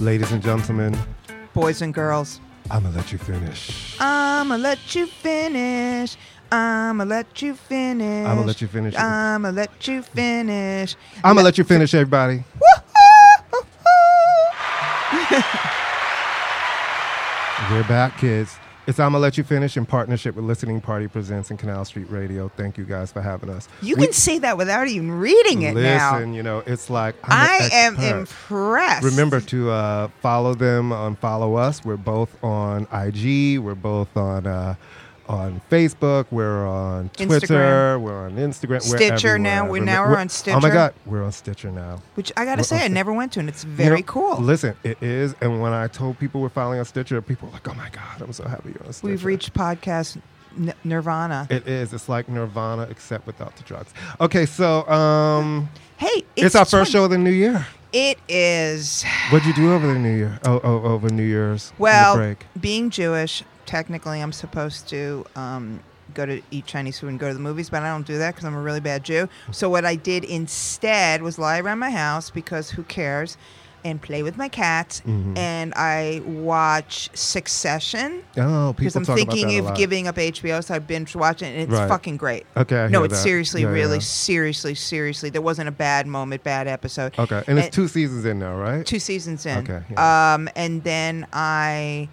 Ladies and gentlemen, Boys and girls. I'm gonna let you finish. I'ma let you finish. I'ma let you finish. I'ma let you finish. I'ma let you finish. I'm gonna let you finish, everybody. We're back, kids. It's I'm gonna let you finish in partnership with Listening Party Presents and Canal Street Radio. Thank you guys for having us. You We- can say that without even reading it listen. now. You know, it's like I'm I an am expert. impressed. Remember to uh, follow them on follow us. We're both on IG. We're both on uh, on Facebook. We're on Twitter. Instagram. We're on Instagram. Stitcher we're now. everywhere. We're- Remem- now we're on Oh my Stitcher. God, we're on Stitcher now. which I gotta We're say, I also- never went to, and it's You very know, cool. Listen, it is. And when I told people we're following on Stitcher, people were like, "Oh my God, I'm so happy you're on Stitcher." We've reached podcast n- nirvana. It is. It's like Nirvana except without the drugs. Okay, so um, hey, it's, it's, our first 20 show of the new year. It is. What'd you do over the new year? Oh, oh over New Year's and the Well, break. being Jewish, technically, I'm supposed to um, go to eat Chinese food and go to the movies, but I don't do that because I'm a really bad Jew. So what I did instead was lie around my house because who cares, and play with my cats, Mm-hmm. and I watch Succession. Oh, Because people I'm talk about thinking that a of lot. giving up HBO, so I binge watch it, and it's Right. fucking great. Okay, I no, hear it's that. seriously, Yeah, really, yeah. seriously, seriously. There wasn't a bad moment, bad episode. Okay, and it's And- two seasons in now, right? two seasons in. Okay, Um, and then I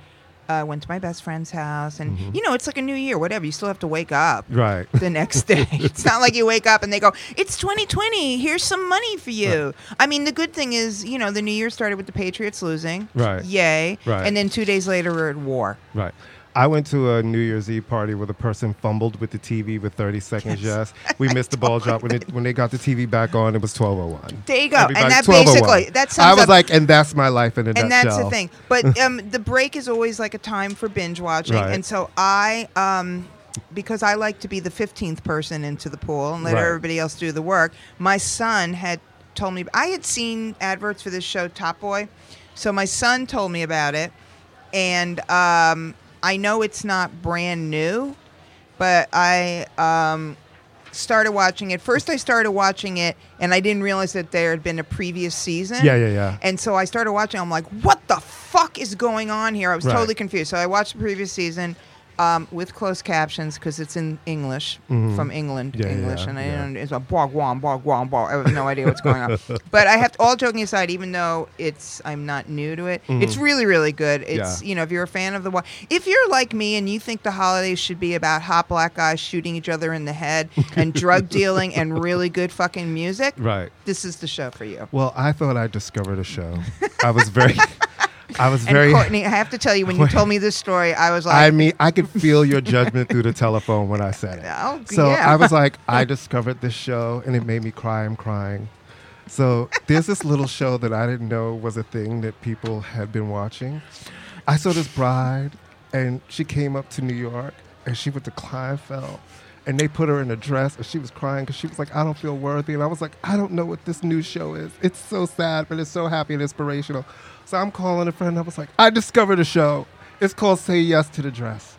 uh, went to my best friend's house, and Mm-hmm. you know, it's like a new year, whatever. You still have to wake up Right. the next day. it's not like you wake up and they go, "It's 2020. Here's some money for you." I mean, the good thing is, you know, the new year started with the Patriots losing. Right. Yay. Right. And then two days later, we're at war. Right. I went to a New Year's Eve party where the person fumbled with the TV with 30 seconds. Yes, we missed the ball drop when it, when they got the TV back on. It was 12:01. There you go. And Everybody's that 12:01. basically- that sums I was up- like, and that's my life in a and that's the nutshell. thing. But um, the break is always like a time for binge watching, Right. and so I, um, because I like to be the fifteenth person into the pool and let Right. everybody else do the work. My son had told me I had seen adverts for this show Top Boy, so my son told me about it, and um, I know it's not brand new, but I. Um, started watching it first i started watching it and i didn't realize that there had been a previous season Yeah, yeah, yeah. and so I started watching. I'm like, what the fuck is going on here? I was Right. totally confused. So I watched the previous season um, with closed captions because it's in English from England, Mm-hmm. Yeah, yeah, English, yeah, and I yeah. didn't. It's a bogwam, bogwam, bog. I have no idea what's going on. But I have to, all joking aside, even though it's I'm not new to it, it's really really good. It's Mm-hmm. Yeah. you know if you're a fan of the wa- if you're like me and you think the holidays should be about hot black guys shooting each other in the head and drug dealing and really good fucking music, Right. This is the show for you. Well, I thought I discovered a show. I was very, I was And very. Courtney, I have to tell you, when you told me this story, I was I like, mean, I could feel your judgment through the telephone when I said it. Oh, so yeah. I was like, I discovered this show and it made me cry. I'm crying. So there's this little show that I didn't know was a thing that people had been watching. I saw this bride and she came up to New York and she went to Kleinfeld and they put her in a dress and she was crying because she was like, I don't feel worthy. And I was like, I don't know what this new show is. It's so sad, but it's so happy and inspirational. So I'm calling a friend. I was like, I discovered a show. It's called Say Yes to the Dress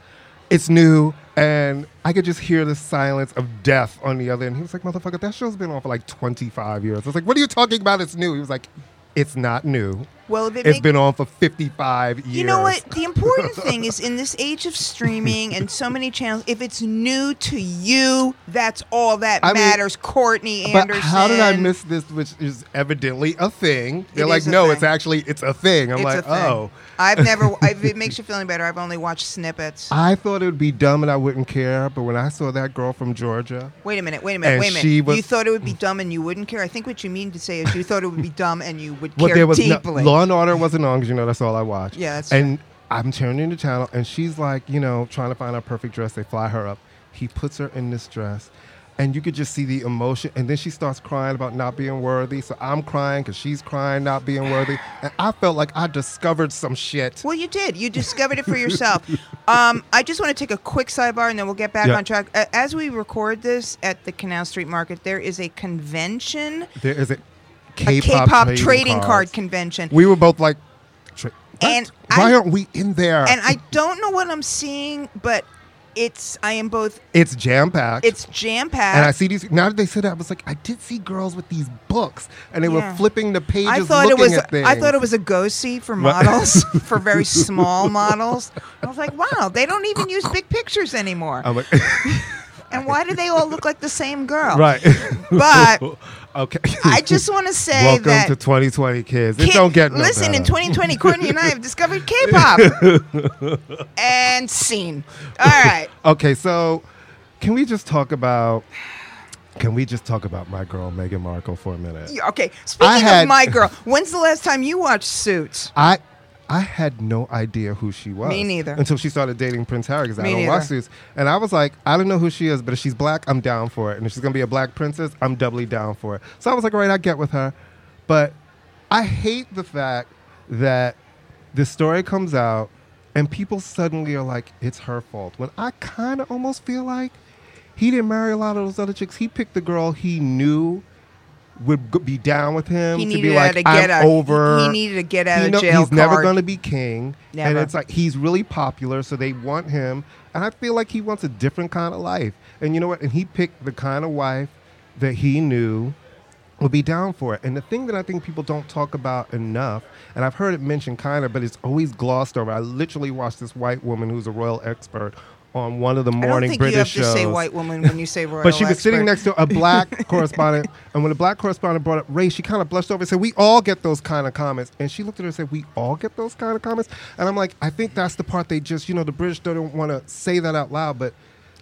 it's new and I could just hear the silence of death on the other end. He was like, motherfucker, that show's been on for like 25 years. I was like, what are you talking about? It's new. He was like, it's not new. well, if it It's make- been on for 55 years. you know what? The important thing is in this age of streaming and so many channels, if it's new to you, that's all that I mean, matters. Courtney But Anderson. how did I miss this, which is evidently a thing? They're It like, is a no, thing. it's actually, it's a thing. I'm It's a like, thing. oh. I've never. i if it makes you feel any better, I've only watched snippets. I thought it would be dumb and I wouldn't care. But when I saw that girl from Georgia, Wait a minute. Wait a minute. And Wait a she minute. was- you thought it would be dumb and you wouldn't care. I think what you mean to say is you thought it would be dumb and you would Well, care there was no- deeply. Law and Order wasn't on because you know that's all I watched. Yeah, that's and I'm turning the channel, and she's like, you know, trying to find her perfect dress. They fly her up. He puts her in this dress, and you could just see the emotion. And then she starts crying about not being worthy. So I'm crying because she's crying, not being worthy. And I felt like I discovered some shit. Well, you did. You discovered it for yourself. um, I just want to take a quick sidebar and then we'll get back Yeah. on track. Uh, as we record this at the Canal Street Market, there is a convention, There is a a K-pop, K-pop trading, card cards. convention. We were both like, "Tra- what? And why I- aren't we in there? and I don't know what I'm seeing, but it's I am both it's jam packed. it's jam and I packed. see these. Now that they said that, I was like, I did see girls with these books, and they Yeah. were flipping the pages, I thought it looking was at things. I thought it was a go see for models for very small models. I was like, wow, they don't even use big pictures anymore. I'm like, and why do they all look like the same girl? right. But okay. I just want to say welcome that to 2020, kids. Ki- It don't get no listen in better. 2020 courtney and i have discovered k-pop and scene all right Okay, so can we just talk about? Can we just talk about my girl Meghan Markle for a minute? Yeah, okay speaking of had- my girl when's the last time you watched suits I I had no idea who she was. Me neither. Until she started dating Prince Harry because I Me don't neither. watch these. And I was like, I don't know who she is, but if she's black, I'm down for it. And if she's gonna be a black princess, I'm doubly down for it. So I was like, all right, I get with her. But I hate the fact that this story comes out and people suddenly are like, it's her fault. When I kinda almost feel like he didn't marry a lot of those other chicks. He picked the girl he knew would g- be down with him He to needed be like, to get I'm out- over. he needed to get out You of know, jail He's never card. going to be king. Never. And it's like he's really popular, so they want him. And I feel like he wants a different kind of life. And you know what? And he picked the kind of wife that he knew would be down for it. And the thing that I think people don't talk about enough, and I've heard it mentioned kind of, but it's always glossed over. I literally watched this white woman who's a royal expert on one of the i don't morning think British you have to shows say white woman when you say royal but she was sitting expert. next to a black correspondent, and when the black correspondent brought up race, she kind of blushed over and said, "We all get those kind of comments." And she looked at her and said, "We all get those kind of comments." And I'm like, I think that's the part they just, you know, the British don't want to say that out loud, but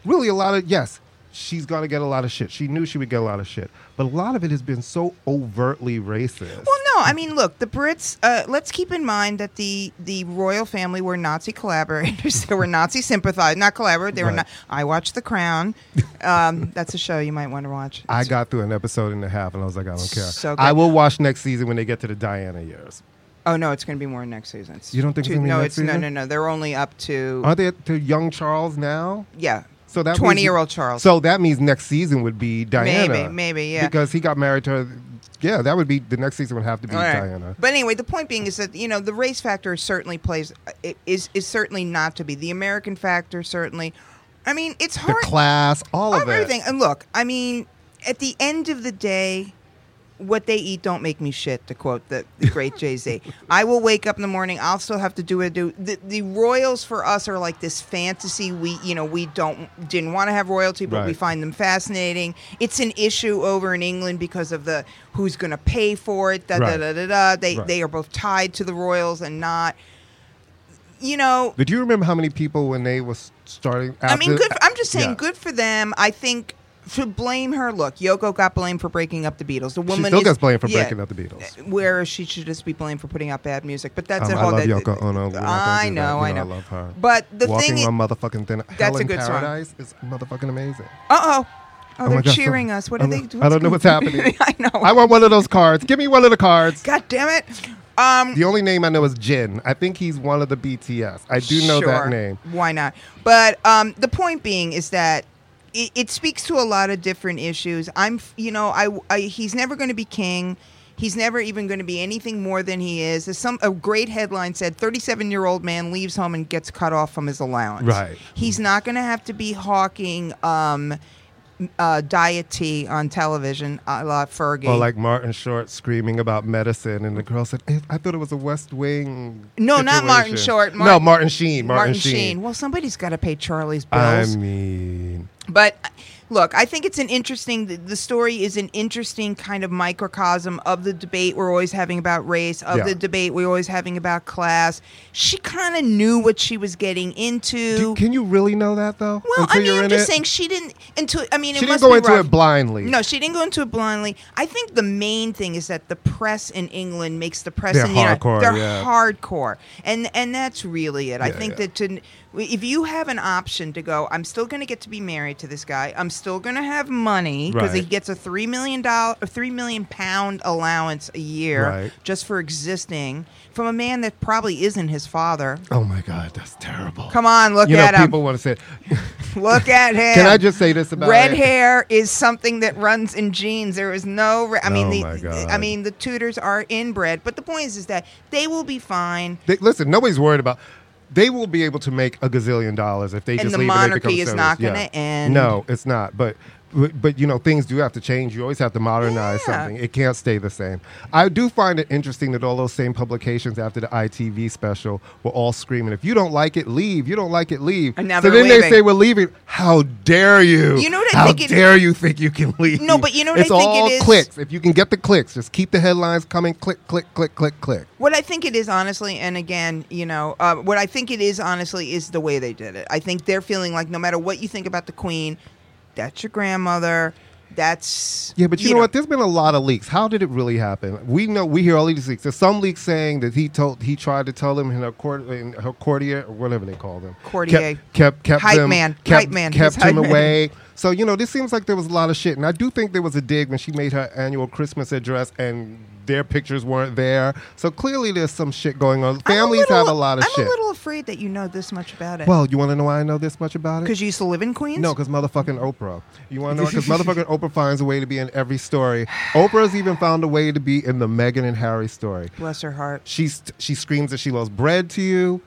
really, a lot of yes, she's gonna get a lot of shit. She knew she would get a lot of shit, but a lot of it has been so overtly racist. well no i mean look the brits uh, let's keep in mind that the the royal family were nazi collaborators they were nazi sympathizers not collaborators they were Right. not i watched the crown um, that's a show you might want to watch I got through an episode and a half, and I was like, I don't care. So good. I will watch next season when they get to the Diana years. oh no it's going to be more next season It's You don't think it's two- gonna be no next it's no season? Oh, no no they're only up to Are they to young Charles now? yeah So that means- 20-year-old Charles. So that means next season would be Diana. Maybe, maybe, yeah. Because he got married to her. Yeah, that would be the next season would have to be All right. Diana. But anyway, the point being is that you know the race factor certainly plays i- is is certainly not to be the American factor certainly. I mean, it's The hard class, all of hard it. everything. And look, I mean, at the end of the day, what they eat don't make me shit. To quote the, the great Jay Z, I will wake up in the morning. I'll still have to do what I do. The, the royals for us are like this fantasy. We you know we don't didn't want to have royalty, but we Right. find them fascinating. It's an issue over in England because of the who's going to pay for it. Da, Right. da, da, da, da. They Right. they are both tied to the royals and not. You know, But do you remember how many people when they was starting? After, I mean, good. For, I'm just saying, Yeah. good for them. I think to blame her. Look, Yoko got blamed for breaking up the Beatles. The She woman still is- gets blamed for yeah, breaking up the Beatles. Whereas she should just be blamed for putting out bad music. But that's Um, a I whole. love that- Yoko Ono. We're not gonna do I that. know, I You know. I love her. But the Walking thing is, on motherfucking thin. That's a good song. Paradise is motherfucking amazing. uh oh, oh, my they're God, so- cheering us. What I are they? know- I don't know what's happening. I know. I want one of those cards. Give me one of the cards. God damn it. Um, The only name I know is Jin. I think he's one of the BTS. I do know Sure. that name. Why not? But um, the point being is that it, it speaks to a lot of different issues. I'm, f- you know, I, I he's never going to be king. He's never even going to be anything more than he is. There's some a great headline said, "37-year-old man leaves home and gets cut off from his allowance." Right. He's not going to have to be hawking um, uh, diet tea on television, a la Fergie. Or like Martin Short screaming about medicine, and the girl said, "Eh, "I thought it was a West Wing." No, not Martin situation." Short, no, Martin- Martin Sheen. Martin, Sheen. Well, somebody's got to pay Charlie's bills. I mean, But uh, look, I think it's an interesting. The, the story is an interesting kind of microcosm of the debate we're always having about race, of Yeah. the debate we're always having about class. She kind of knew what she was getting into. Do- can you really know that though? well, I Until mean, you're I'm in just it? saying she didn't. Until I mean, it She didn't must go be into rough. it blindly. No, she didn't go into it blindly. I think the main thing is that the press in England makes the press They're in the United- hardcore, they're yeah. hardcore, and and that's really it. I Yeah, think yeah. that to, if you have an option to go, I'm still going to get to be married to this guy. I'm still going to have money because he Right. gets a three million dollar, three million pound allowance a year Right. just for existing from a man that probably isn't his father. Oh my God, that's terrible. Come on, look you at know, him. people want to say, Look at him. "Can I just say this about red it? hair is something that runs in genes. There is no. Re- I mean, Oh the, my God. I mean, the Tudors are inbred. But the point is, is that they will be fine, They, listen, nobody's worried about. They will be able to make a gazillion dollars if they And just the leave and they become monarchy is not settlers. gonna end. No, it's not. But, but but you know things do have to change. You always have to modernize Yeah. something. It can't stay the same. I do find it interesting that all those same publications after the ITV special were all screaming, "If you don't like it, leave! You don't like it, leave!" And now so they're then they leaving. say we're leaving. How dare you? You know what I How think it- dare you think you can leave? No, but you know what it's I think it all is? clicks. If you can get the clicks, just keep the headlines coming. Click, click, click, click, click. What I think it is, honestly, and again, you know, uh, what I think it is, honestly, is the way they did it. I think they're feeling like no matter what you think about the Queen, that's your grandmother. That's Yeah, but you, know, what? There's been a lot of leaks. How did it really happen? We know we hear all these leaks. There's some leaks saying that he told he tried to tell him in her court in her courtier or whatever they call them Courtier. kept kept, kept Hype them- man. kept, Hype man. kept He's hype him man. away. So you know, this seems like there was a lot of shit, and I do think there was a dig when she made her annual Christmas address and their pictures weren't there. So clearly, there's some shit going on. I'm Families little- have a lot of I'm shit. a little afraid that you know this much about it. well, you want to know why I know this much about it? because you used to live in Queens. No, because motherfucking Oprah. You want to know? Because motherfucking Oprah finds a way to be in every story. Oprah's even found a way to be in the Meghan and Harry story. bless her heart. She's she screams that she loves bread to you.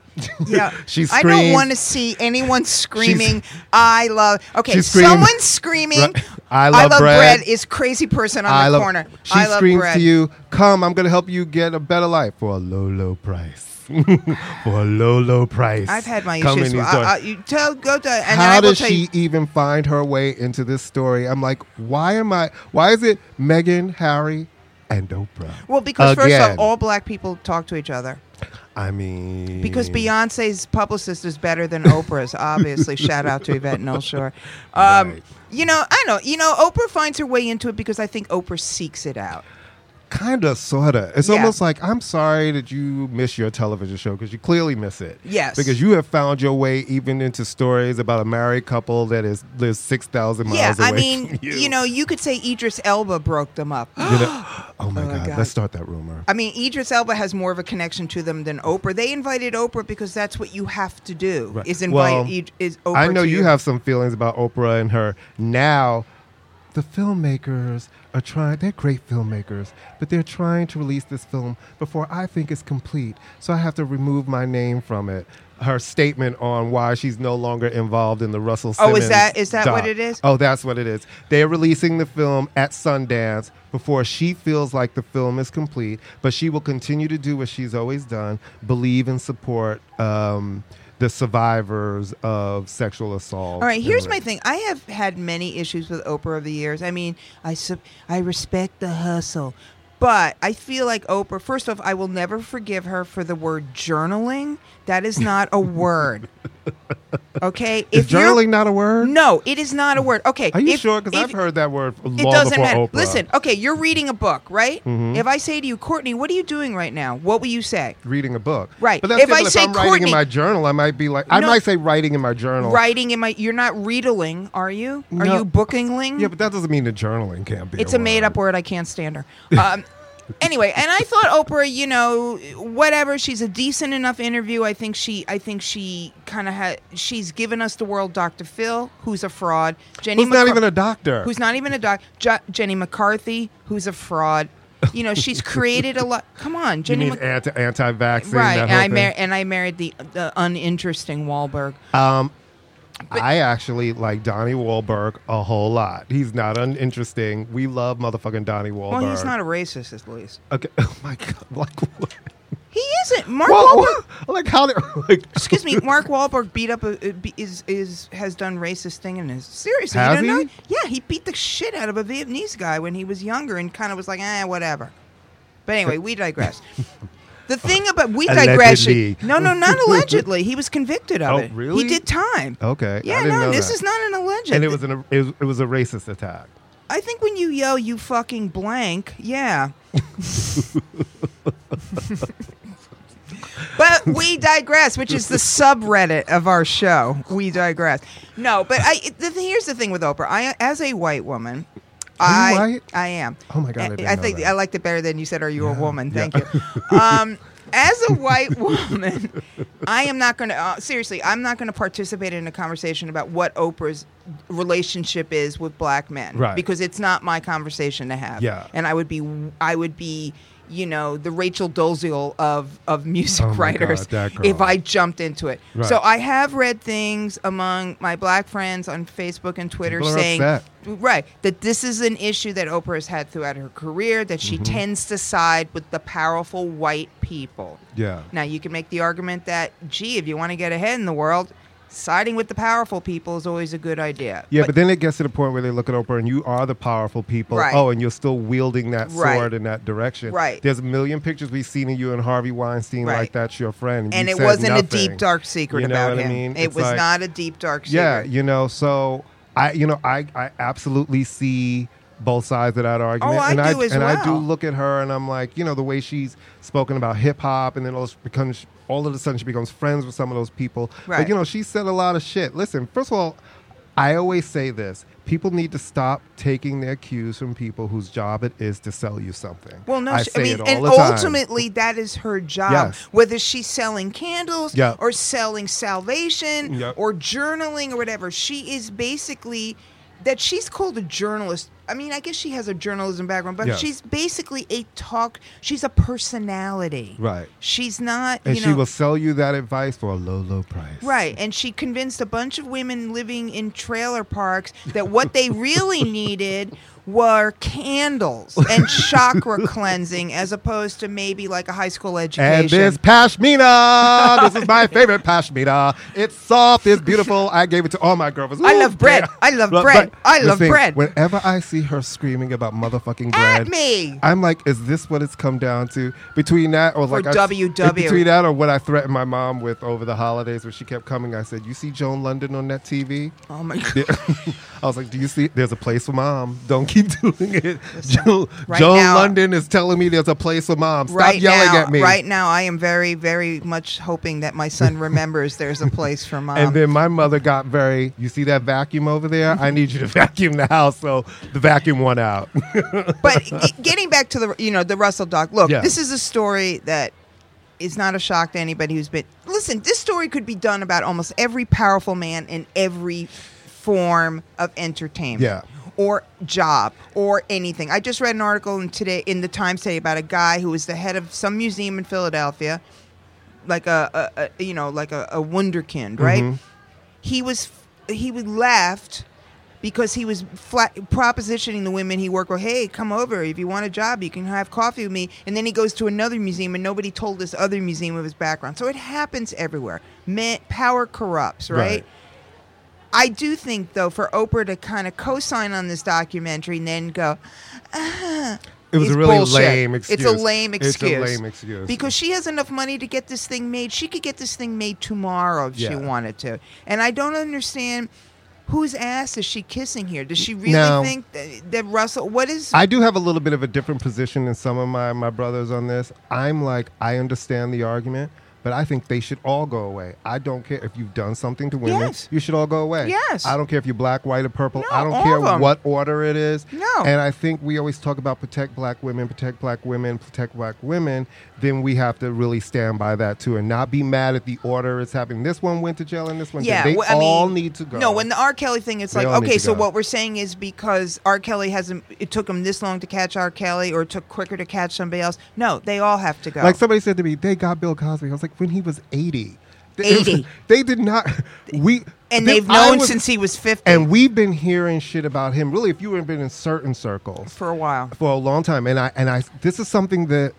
Yeah, she I screams. don't want to see anyone screaming. I love. Okay, she screams- someone screaming. Right. I love bread. is crazy person on I the love- corner. She I love screams bread. to you, "Come, I'm gonna help you get a better life for a low, low price. for a low, low price." I've had my Come issues. in these I- doors. I- you tell go to, and then I How will does tell you. she even find her way into this story? I'm like, why am I? Why is it Meghan, Harry, and Oprah? Well, because first Again. off, all black people talk to each other. I mean, Because Beyonce's publicist is better than Oprah's, obviously. Shout out to Yvette Nelshore. Um, Right. You know, I know. You know, Oprah finds her way into it because I think Oprah seeks it out. kind of, sorta. It's Yeah. almost like I'm sorry that you miss your television show because you clearly miss it. Yes. because you have found your way even into stories about a married couple that is lives six thousand miles Yeah, away. I mean, from you. you. know, you could say Idris Elba broke them up. You know- oh my Oh, god, God. let's start that rumor. I mean, Idris Elba has more of a connection to them than Oprah. They invited Oprah because that's what you have to do Right. is Well, invite Id- is Oprah. I know to you your- have some feelings about Oprah and her now. The filmmakers are trying, they're great filmmakers, but they're trying to release this film before I think it's complete. So I have to remove my name from it. Her statement on why she's no longer involved in the Russell Oh, Simmons. is that- is that what doc. it is? Oh, that's what it is. They're releasing the film at Sundance before she feels like the film is complete, but she will continue to do what she's always done believe and support um, the survivors of sexual assault. All right, and here's my rape. thing. I have had many issues with Oprah over the years. I mean, I sub- I respect the hustle, but I feel like Oprah. First off, I will never forgive her for the word journaling. That is not a word. Okay, Is you're- journaling not a word? No, it is not a word. Okay, Are you if- sure? Because if- I've heard that word long It doesn't before matter. Oprah. Listen, okay, you're reading a book, right? Mhm. If I say to you, Courtney, what are you doing right now? What will you say? reading a book, Right. But that's If I different. say I'm writing Courtney- in my journal, I might be like, I No. might say writing in my journal, Writing in my. You're not readling, are you? Are No. you bookingling? Yeah, but that doesn't mean that journaling can't be. it's a made up word. I can't stand her. Um, anyway, and I thought Oprah, you know, whatever. She's a decent enough interview. I think she. I think she kind of had. She's given us the world. Dr. Phil, who's a fraud. Jenny. Who's not McCar- even a doctor? who's not even a doc, jo- Jenny McCarthy, who's a fraud. You know, she's created a lot. Come on, you Jenny. mean Mc- anti anti-vaccine? right? that And whole I thing? mar- and I married the the uninteresting Wahlberg. Um, I actually like Donnie Wahlberg a whole lot. He's not uninteresting. We love motherfucking Donnie Wahlberg. Well, he's not a racist, at least. Okay. Oh my god. Like what? He- He isn't. Mark Whoa, Wahlberg. whoa, like how they like Excuse me. Mark Wahlberg beat up a, a- be- is is has done racist thing in his seriously. Has you don't he? know? Yeah, he beat the shit out of a Vietnamese guy when he was younger and kind of was like, eh, whatever. But anyway, we digress. The thing about we digress. Allegedly. No, no, not allegedly. He was convicted of Oh, it. really? He did time. okay. I Yeah, didn't no, know this that. is not an alleged. and it was an it was, it was a racist attack. I think when you yell, you fucking blank, yeah. but we digress, which is the subreddit of our show. We digress. No, but I. it- The, here's the thing with Oprah. I, as a white woman, Are you I white? I am. Oh my God, I A- didn't I know think that. I liked it better than you said. Are you a woman? Thank you. Um, as a white woman, I am not going to uh, seriously. I'm not going to participate in a conversation about what Oprah's relationship is with black men, Right. Because it's not my conversation to have. Yeah. and I would be, I would be, you know, the Rachel Dolezal of of music Oh my God, writers that girl. if I jumped into it. Right. So I have read things among my black friends on Facebook and Twitter People are saying upset. right that this is an issue that Oprah has had throughout her career that Mm-hmm. she tends to side with the powerful white people. Yeah. Now you can make the argument that gee, if you want to get ahead in the world, siding with the powerful people is always a good idea. Yeah, but, then it gets to the point where they look at Oprah and you are the powerful people. Right. Oh, and you're still wielding that sword Right. in that direction. Right. There's a million pictures we've seen of you and Harvey Weinstein Right. like that's your friend. you and it said wasn't a nothing. deep dark secret You know about what I him. mean? It It's was like- not a deep dark secret. Yeah, you know, so I you know, I, I absolutely see both sides of that argument. Oh, I and do as and I do well. look at her and I'm like, you know, the way she's spoken about hip hop and then all, she becomes, all of a sudden she becomes friends with some of those people. Right. But you know, she said a lot of shit. Listen, first of all, I always say this. People need to stop taking their cues from people whose job it is to sell you something. Well, no, I she, say I mean, it all and the time. ultimately that is her job. Yes. Whether she's selling candles Yeah. or selling salvation Yep. or journaling or whatever, she is basically that she's called a journalist. I mean, I guess she has a journalism background, but Yes. she's basically a talk. She's a personality. Right. She's not. And you she know, will sell you that advice for a low, low price. Right, and she convinced a bunch of women living in trailer parks that what they really needed were candles and chakra cleansing as opposed to maybe like a high school education. And this pashmina, this is my favorite pashmina. It's soft, it's beautiful. I gave it to all my girlfriends. I Ooh, love bread. yeah. I love But- bread. but I love listen, bread. Whenever I see her screaming about motherfucking At bread, me. I'm like, is this what it's come down to? Between that or like I- WW. between that or what I threatened my mom with over the holidays when she kept coming, I said, "You see Joan London on that TV?" oh my god! There- I was like, "Do you see? There's a place for mom. Don't keep doing it." Joan, right Joan now- London is telling me there's a place for mom. Stop right yelling now, at me. right now, I am very, very much hoping that my son remembers there's a place for mom. And then my mother got very, you see that vacuum over there? I need you to vacuum the house. So the vacuum went out. but g- getting back to the you know the Russell doc. Look, Yeah. this is a story that is not a shock to anybody who's been. Listen, this story could be done about almost every powerful man in every form of entertainment. Yeah. Or job or anything. I just read an article in today in the Times today about a guy who was the head of some museum in Philadelphia, like a, a, a you know like a, a wunderkind, right? Mm-hmm. he was he was left because he was flat, propositioning the women he worked with hey come over if you want a job you can have coffee with me and then he goes to another museum and nobody told this other museum of his background so it happens everywhere Men, power corrupts right? Right. I do think, though, for Oprah to kind of co-sign on this documentary and then go, It was it's a really bullshit. lame excuse. It's a lame excuse. It's a lame excuse. Because she has enough money to get this thing made. She could get this thing made tomorrow if she Yeah. wanted to. And I don't understand whose ass is she kissing here? Does she really No. think that, that Russell? What is? I do have a little bit of a different position than some of my, my brothers on this. I'm like, I understand the argument, but I think they should all go away. I don't care if you've done something to women. Yes. You should all go away. Yes. I don't care if you're black, white, or purple. No, I don't all of care them. what order it is. No. And I think we always talk about protect black women, protect black women, protect black women. Then we have to really stand by that too and not be mad at the order it's happening. This one went to jail and this one yeah, did. They well, I mean, all need to go. No, when the R. Kelly thing, it's They like, all need okay, to so go. what we're saying is because R. Kelly hasn't, it took him this long to catch R. Kelly, or it took quicker to catch somebody else. No, they all have to go. Like somebody said to me, they got Bill Cosby. I was like, when he was 80. They- 80. They did not. We and they- they've I known was- since he was fifty And we've been hearing shit about him. Really, if you have been in certain circles for a while. for a long time, and I and I, this is something that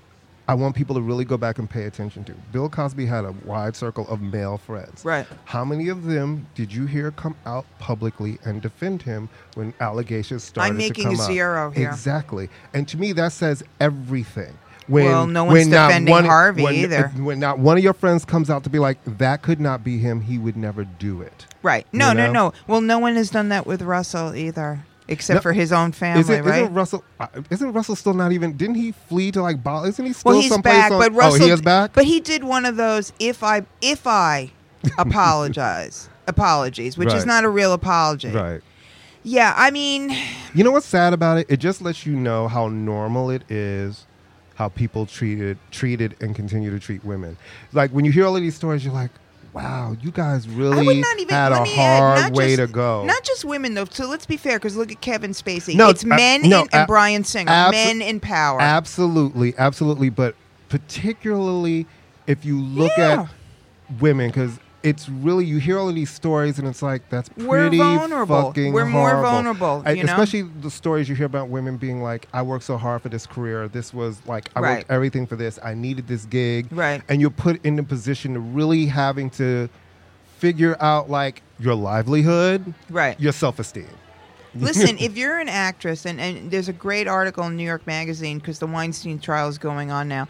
I want people to really go back and pay attention to. Bill Cosby had a wide circle of male friends. Right. How many of them did you hear come out publicly and defend him when allegations started I'm making to a come up? zero here. Exactly. And to me, that says everything. When, Well, no one's when not defending one- Harvey when- either. When not one of your friends comes out to be like, that could not be him, he would never do it. Right. No, You no, know? no. Well, no one has done that with Russell either, except No. for his own family, Isn't, right? isn't Russell? uh, Isn't Russell still not even? Didn't he flee to like Bali? Isn't he still well, he's someplace? back, on- but Russell oh, he is back. But he did one of those if I if I apologize apologies, which is Right. not a real apology. right. Yeah, I mean, You know what's sad about it? It just lets you know how normal it is, how people treated, treated, and continue to treat women. Like when you hear all of these stories, you're like, "Wow, you guys I would really not even had let a me add, hard not way just- to go." Not just women though. So let's be fair, because look at Kevin Spacey. No, it's uh, men no, in- and ab- Brian Singer, abso- men in power. absolutely, absolutely, but particularly if you look Yeah. at women, because. It's really you hear all of these stories and it's like that's pretty We're vulnerable. fucking We're more horrible. vulnerable, I- you know? especially the stories you hear about women being like, "I worked so hard for this career. This was like I Right. worked everything for this. I needed this gig. Right. And you're put in a position of really having to figure out like your livelihood, Right. Your self esteem. Listen, if you're an actress, and, and there's a great article in New York Magazine because the Weinstein trial is going on now,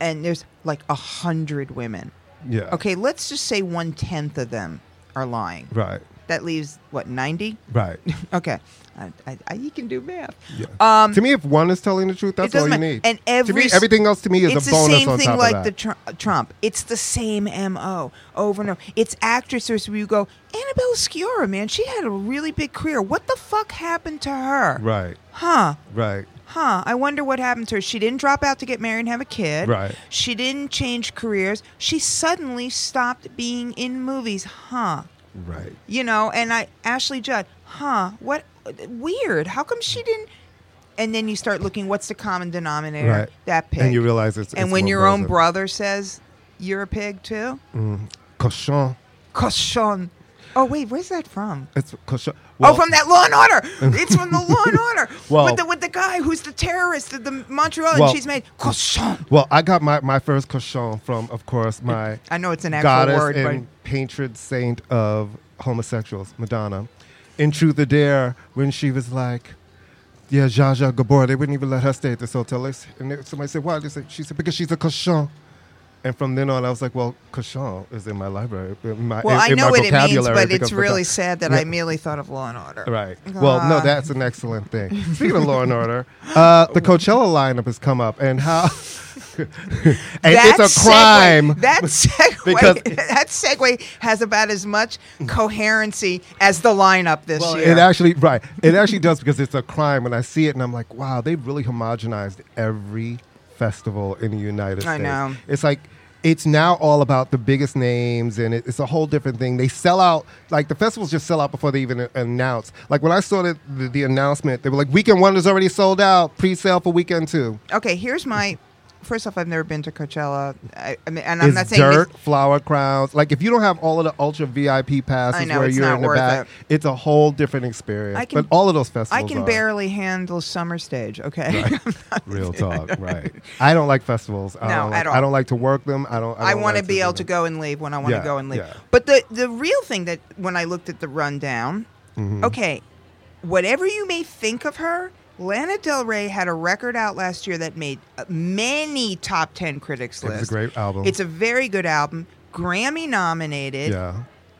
and there's like a hundred women. Yeah. Okay, let's just say one tenth of them are lying. Right. That leaves what ninety? Right. Okay, I, I, I, you can do math. Yeah. Um, to me, if one is telling the truth, that's doesn't all you matter. need. And to every me, s- everything else to me is it's a the bonus same on thing top like of the that. tr- Trump. It's the same mo over and over. It's actresses where you go, Annabelle Sciorra, man, she had a really big career. What the fuck happened to her? right. Huh? Right. Huh, I wonder what happened to her. She didn't drop out to get married and have a kid. Right. She didn't change careers. She suddenly stopped being in movies. Huh. Right. You know, and I Ashley Judd, huh, what weird. How come she didn't and then you start looking what's the common denominator? Right. That pig. And you realize it's And it's when what your goes own in. brother says you're a pig too? cochon, Cochon. Oh wait, where's that from? it's cochon. Well, oh, from that Law and Order. It's from the Law and Order Well- with the with the guy who's the terrorist, the, the Montreal, Well- and she's made cochon. Well, I got my, my first cochon from, of course, my I know it's an actual goddess word, but- and patron saint of homosexuals, Madonna. In Truth or Dare, when she was like, "Yeah, Zsa Zsa Gabor," they wouldn't even let her stay at this hotel. They s- And they- somebody said, "Why?" They said, "She said because she's a cochon." And from then on, I was like, "Well, cochon is in my library, in my, Well, in, I in know my what it means, vocabulary." but it's because really cochon- sad that Yeah. I merely thought of Law and Order. Right. well, no, Ah. that's an excellent thing. Speaking of Law and Order, uh, the Coachella lineup has come up, and how and That it's a segue- crime. that segue, Because- that segue has about as much coherency as the lineup this Well, year. it actually right. It actually does because it's a crime, and I see it, and I'm like, wow, they've really homogenized every festival in the United States. I know. It's like it's now all about the biggest names, and it, it's a whole different thing. They sell out like the festivals just sell out before they even a- announce. Like when I saw the, the, the announcement, they were like, "Weekend One is already sold out. Pre-sale for Weekend Two okay, here's my. First off, I've never been to Coachella, I, I mean, and I'm is not saying this- dirt, flower crowns. Like if you don't have all of the ultra VIP passes I know, where it's you're not in the worth back, it. it's a whole different experience. I can- but all of those festivals, I can are. barely handle summer stage. Okay, Real talk, right? I don't like festivals. I No, don't like, at all. I don't like to work them. I don't. I, I, don't want like to be do able them. to go and leave when I want to Yeah, go and leave. yeah. But the the real thing that when I looked at the rundown, Mm-hmm. okay, whatever you may think of her, Lana Del Rey had a record out last year that made uh, many top ten critics It was lists. a great album. It's a very good album, Grammy nominated. yeah.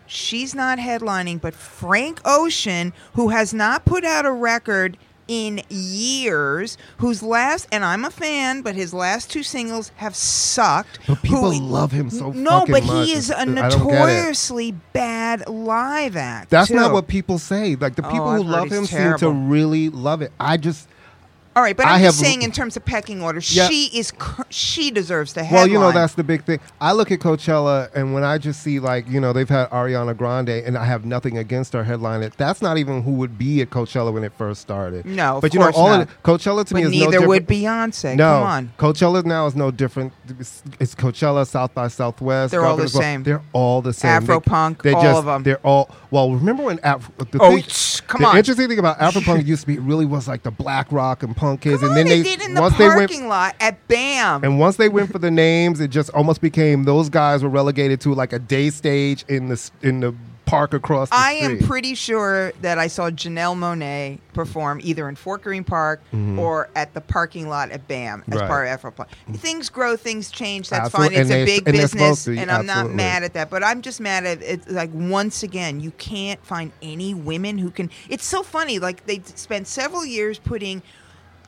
She's not headlining, but Frank Ocean, who has not put out a record in years, whose last, and I'm a fan, but his last two singles have sucked. But people who- love him so No, fucking but much. he is It's- a I don't get it. notoriously bad live act. That's too. not what people say. Like the Oh, people I've who heard love he's him seem to terrible. really love it. I just. All right, but I I'm just have- saying, in terms of pecking order, Yeah. she is cur- she deserves to headline. Well, you know that's the big thing. I look at Coachella, and when I just see like you know they've had Ariana Grande, and I have nothing against her headline it. That's not even who would be at Coachella when it first started. No, of but you know course all not. Of, Coachella to but me is no neither different- would Beyonce. No, Come on. Coachella now is no different. It's, it's Coachella, South by Southwest. They're all the Governor's Ball. same. They're all the same. They- Afropunk, They, all just, of 'em. They're all. Well, remember when Afro? The Oh, thing- tch, come the on. Interesting thing about Afropunk used to be it really was like the black rock and punk punk is, Come and then on, they did in the once they went parking lot at BAM. and once they went for the names, it just almost became those guys were relegated to like a day stage in the s- in the park across the I am street. pretty sure that I saw Janelle Monet perform either in Fort Greene Park or at the parking lot at BAM as Mm-hmm. Right. part of Afro Punk. Things grow, things change. That's Absolute- fine. and It's a they- big and they're supposed business, to, and I'm not absolutely. mad at that. But I'm just mad at it's like once again, you can't find any women who can. It's so funny. Like they spent several years putting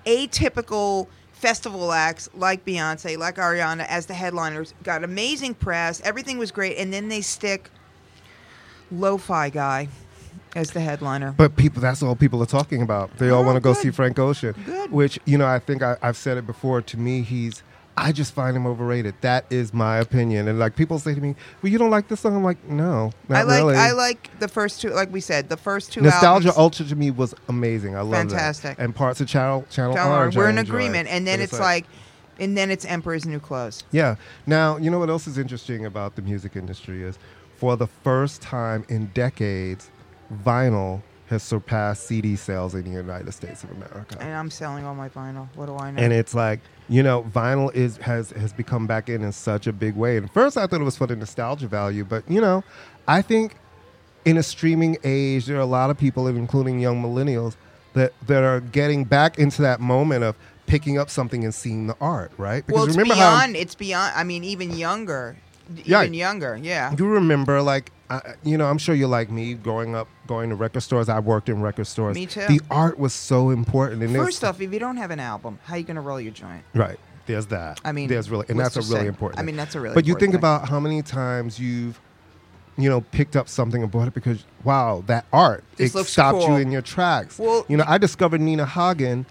atypical festival acts like Beyonce, like Ariana as the headliners, got amazing press, everything was great, and then they stick lo-fi guy as the headliner. But people, that's all people are talking about. They all Oh, want to go good. see Frank Ocean, Good. which you know I think I, I've said it before. To me, he's I just find him overrated. That is my opinion. And like people say to me, "Well, you don't like this song?" I'm like, "No, not I like really." I like the first two like we said, the first two Nostalgia albums. Ultra to me was amazing. I love that. Fantastic. And parts of Channel Channel Don't worry, Orange. I we're in enjoyed. agreement. And then it's, like and then it's Emperor's New Clothes. Yeah. Now, you know what else is interesting about the music industry is for the first time in decades, vinyl has surpassed CD sales in the United States of America. And I'm selling all my vinyl. What do I know? And it's like, you know, vinyl is has has become back in in such a big way. And at first I thought it was for the nostalgia value, but you know, I think in a streaming age, there are a lot of people, including young millennials, that that are getting back into that moment of picking up something and seeing the art, right? well, it's remember how- beyond it's beyond I mean even younger. Yeah. Even younger. Yeah. you remember like I, you know i'm sure you're like me growing up going to record stores i worked in record stores Me too. the art was so important and there's- First off, if you don't have an album, how you going to roll your joint? right there's that I mean, there's really and that's let's a just really say- important I thing. mean, that's a really but you important think thing. about how many times you've you know picked up something and bought it because wow that art This it looks stopped cool. you in your tracks Well, you know i discovered nina hagen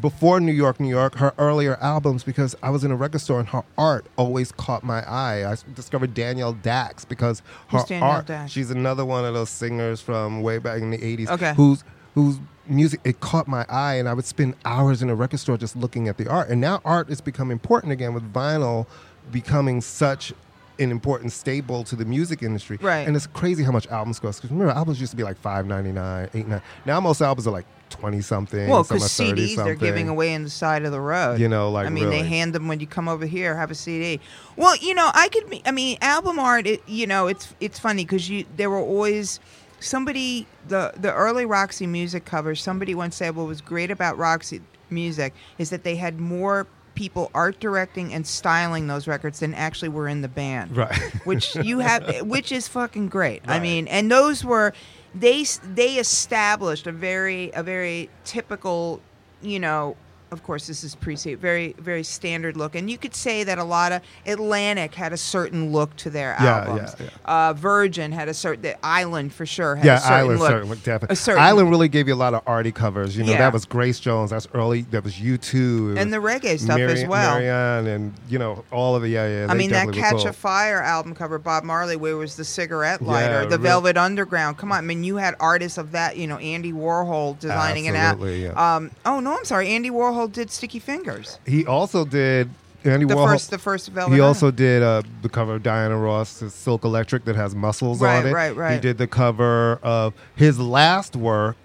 before New York, New York, her earlier albums, because I was in a record store and her art always caught my eye. I s- discovered Danielle Dax because her Who's Danielle art. Dax? She's another one of those singers from way back in the 80s Okay. whose whose music it caught my eye and I would spend hours in a record store just looking at the art. And now art has become important again with vinyl becoming such an important staple to the music industry. Right. And it's crazy how much albums cost. Because remember, albums used to be like five ninety nine, eight nine. Now most albums are like twenty something. Well, some are because thirty CDs they're something. giving away in the side of the road. You know, like, I mean, they really. hand them when you come over here. Have a CD. Well, you know, I could. be- I mean, album art. It, you know, it's it's funny because you there were always somebody the the early Roxy music covers. Somebody once said what was great about Roxy music is that they had more people art directing and styling those records than actually were in the band Right. which you have which is fucking great i Right. mean and those were they s- they established a very a very typical you know of course this is pre very very standard look and you could say that a lot of atlantic had a certain look to their Yeah, albums yeah, Uh, virgin had a certain the island for sure had a Yeah, certain Island look certainly definitely. a certain Island really gave you a lot of arty covers. You know, Yeah. that was Grace Jones. That's early. That was U two. And the reggae stuff as well. Marianne and you know all of the yeah yeah. I they mean that definitely were Catch cool. a Fire album cover, Bob Marley, where was the cigarette lighter, Yeah, the real- Velvet Underground. Come on, I mean you had artists of that, you know, Andy Warhol designing Absolutely, it out. yeah. Um, oh no, I'm sorry, Andy Warhol did Sticky Fingers, He also did Andy the Warhol. first, the first Velvet. he Under- also did uh, the cover of Diana Ross's Silk Electric that has muscles Right, on it. right, right. He did the cover of his last work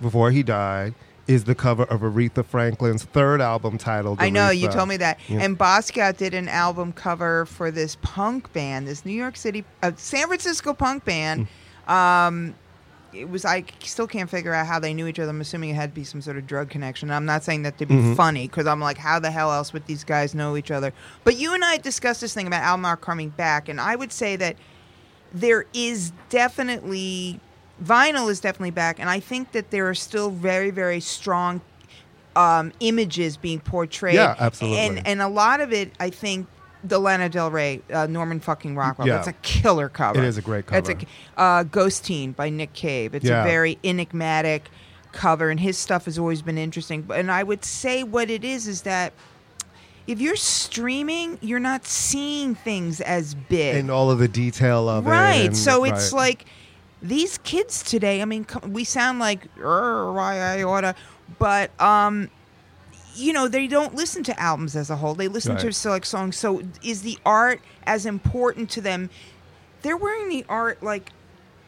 before he died is the cover of Aretha Franklin's third album titled. I know you Aretha. told me that. Yeah. And Basquiat did an album cover for this punk band, this New York City, uh, San Francisco punk band. Um, it was I still can't figure out how they knew each other. I'm assuming it had to be some sort of drug connection. I'm not saying that to be funny funny because I'm like, how the hell else would these guys know each other? But you and I discussed this thing about Almar coming back, and I would say that there is definitely vinyl is definitely back, and I think that there are still very very strong um, images being portrayed. Yeah, absolutely. And and a lot of it, I think. The Lana Del Rey, uh, Norman fucking Rockwell. Yeah. That's a killer cover. It is a great That's a cover. uh, Ghost Teen by Nick Cave. It's a Yeah. very enigmatic cover, and his stuff has always been interesting. And I would say what it is is that if you're streaming, you're not seeing things as big, and all of the detail of it. right? and- so it's right. like these kids today. I mean, come- we sound like "Er, why I oughta, but um. You know they don't listen to albums as a whole. They listen to Right. select songs. So is the art as important to them? They're wearing the art like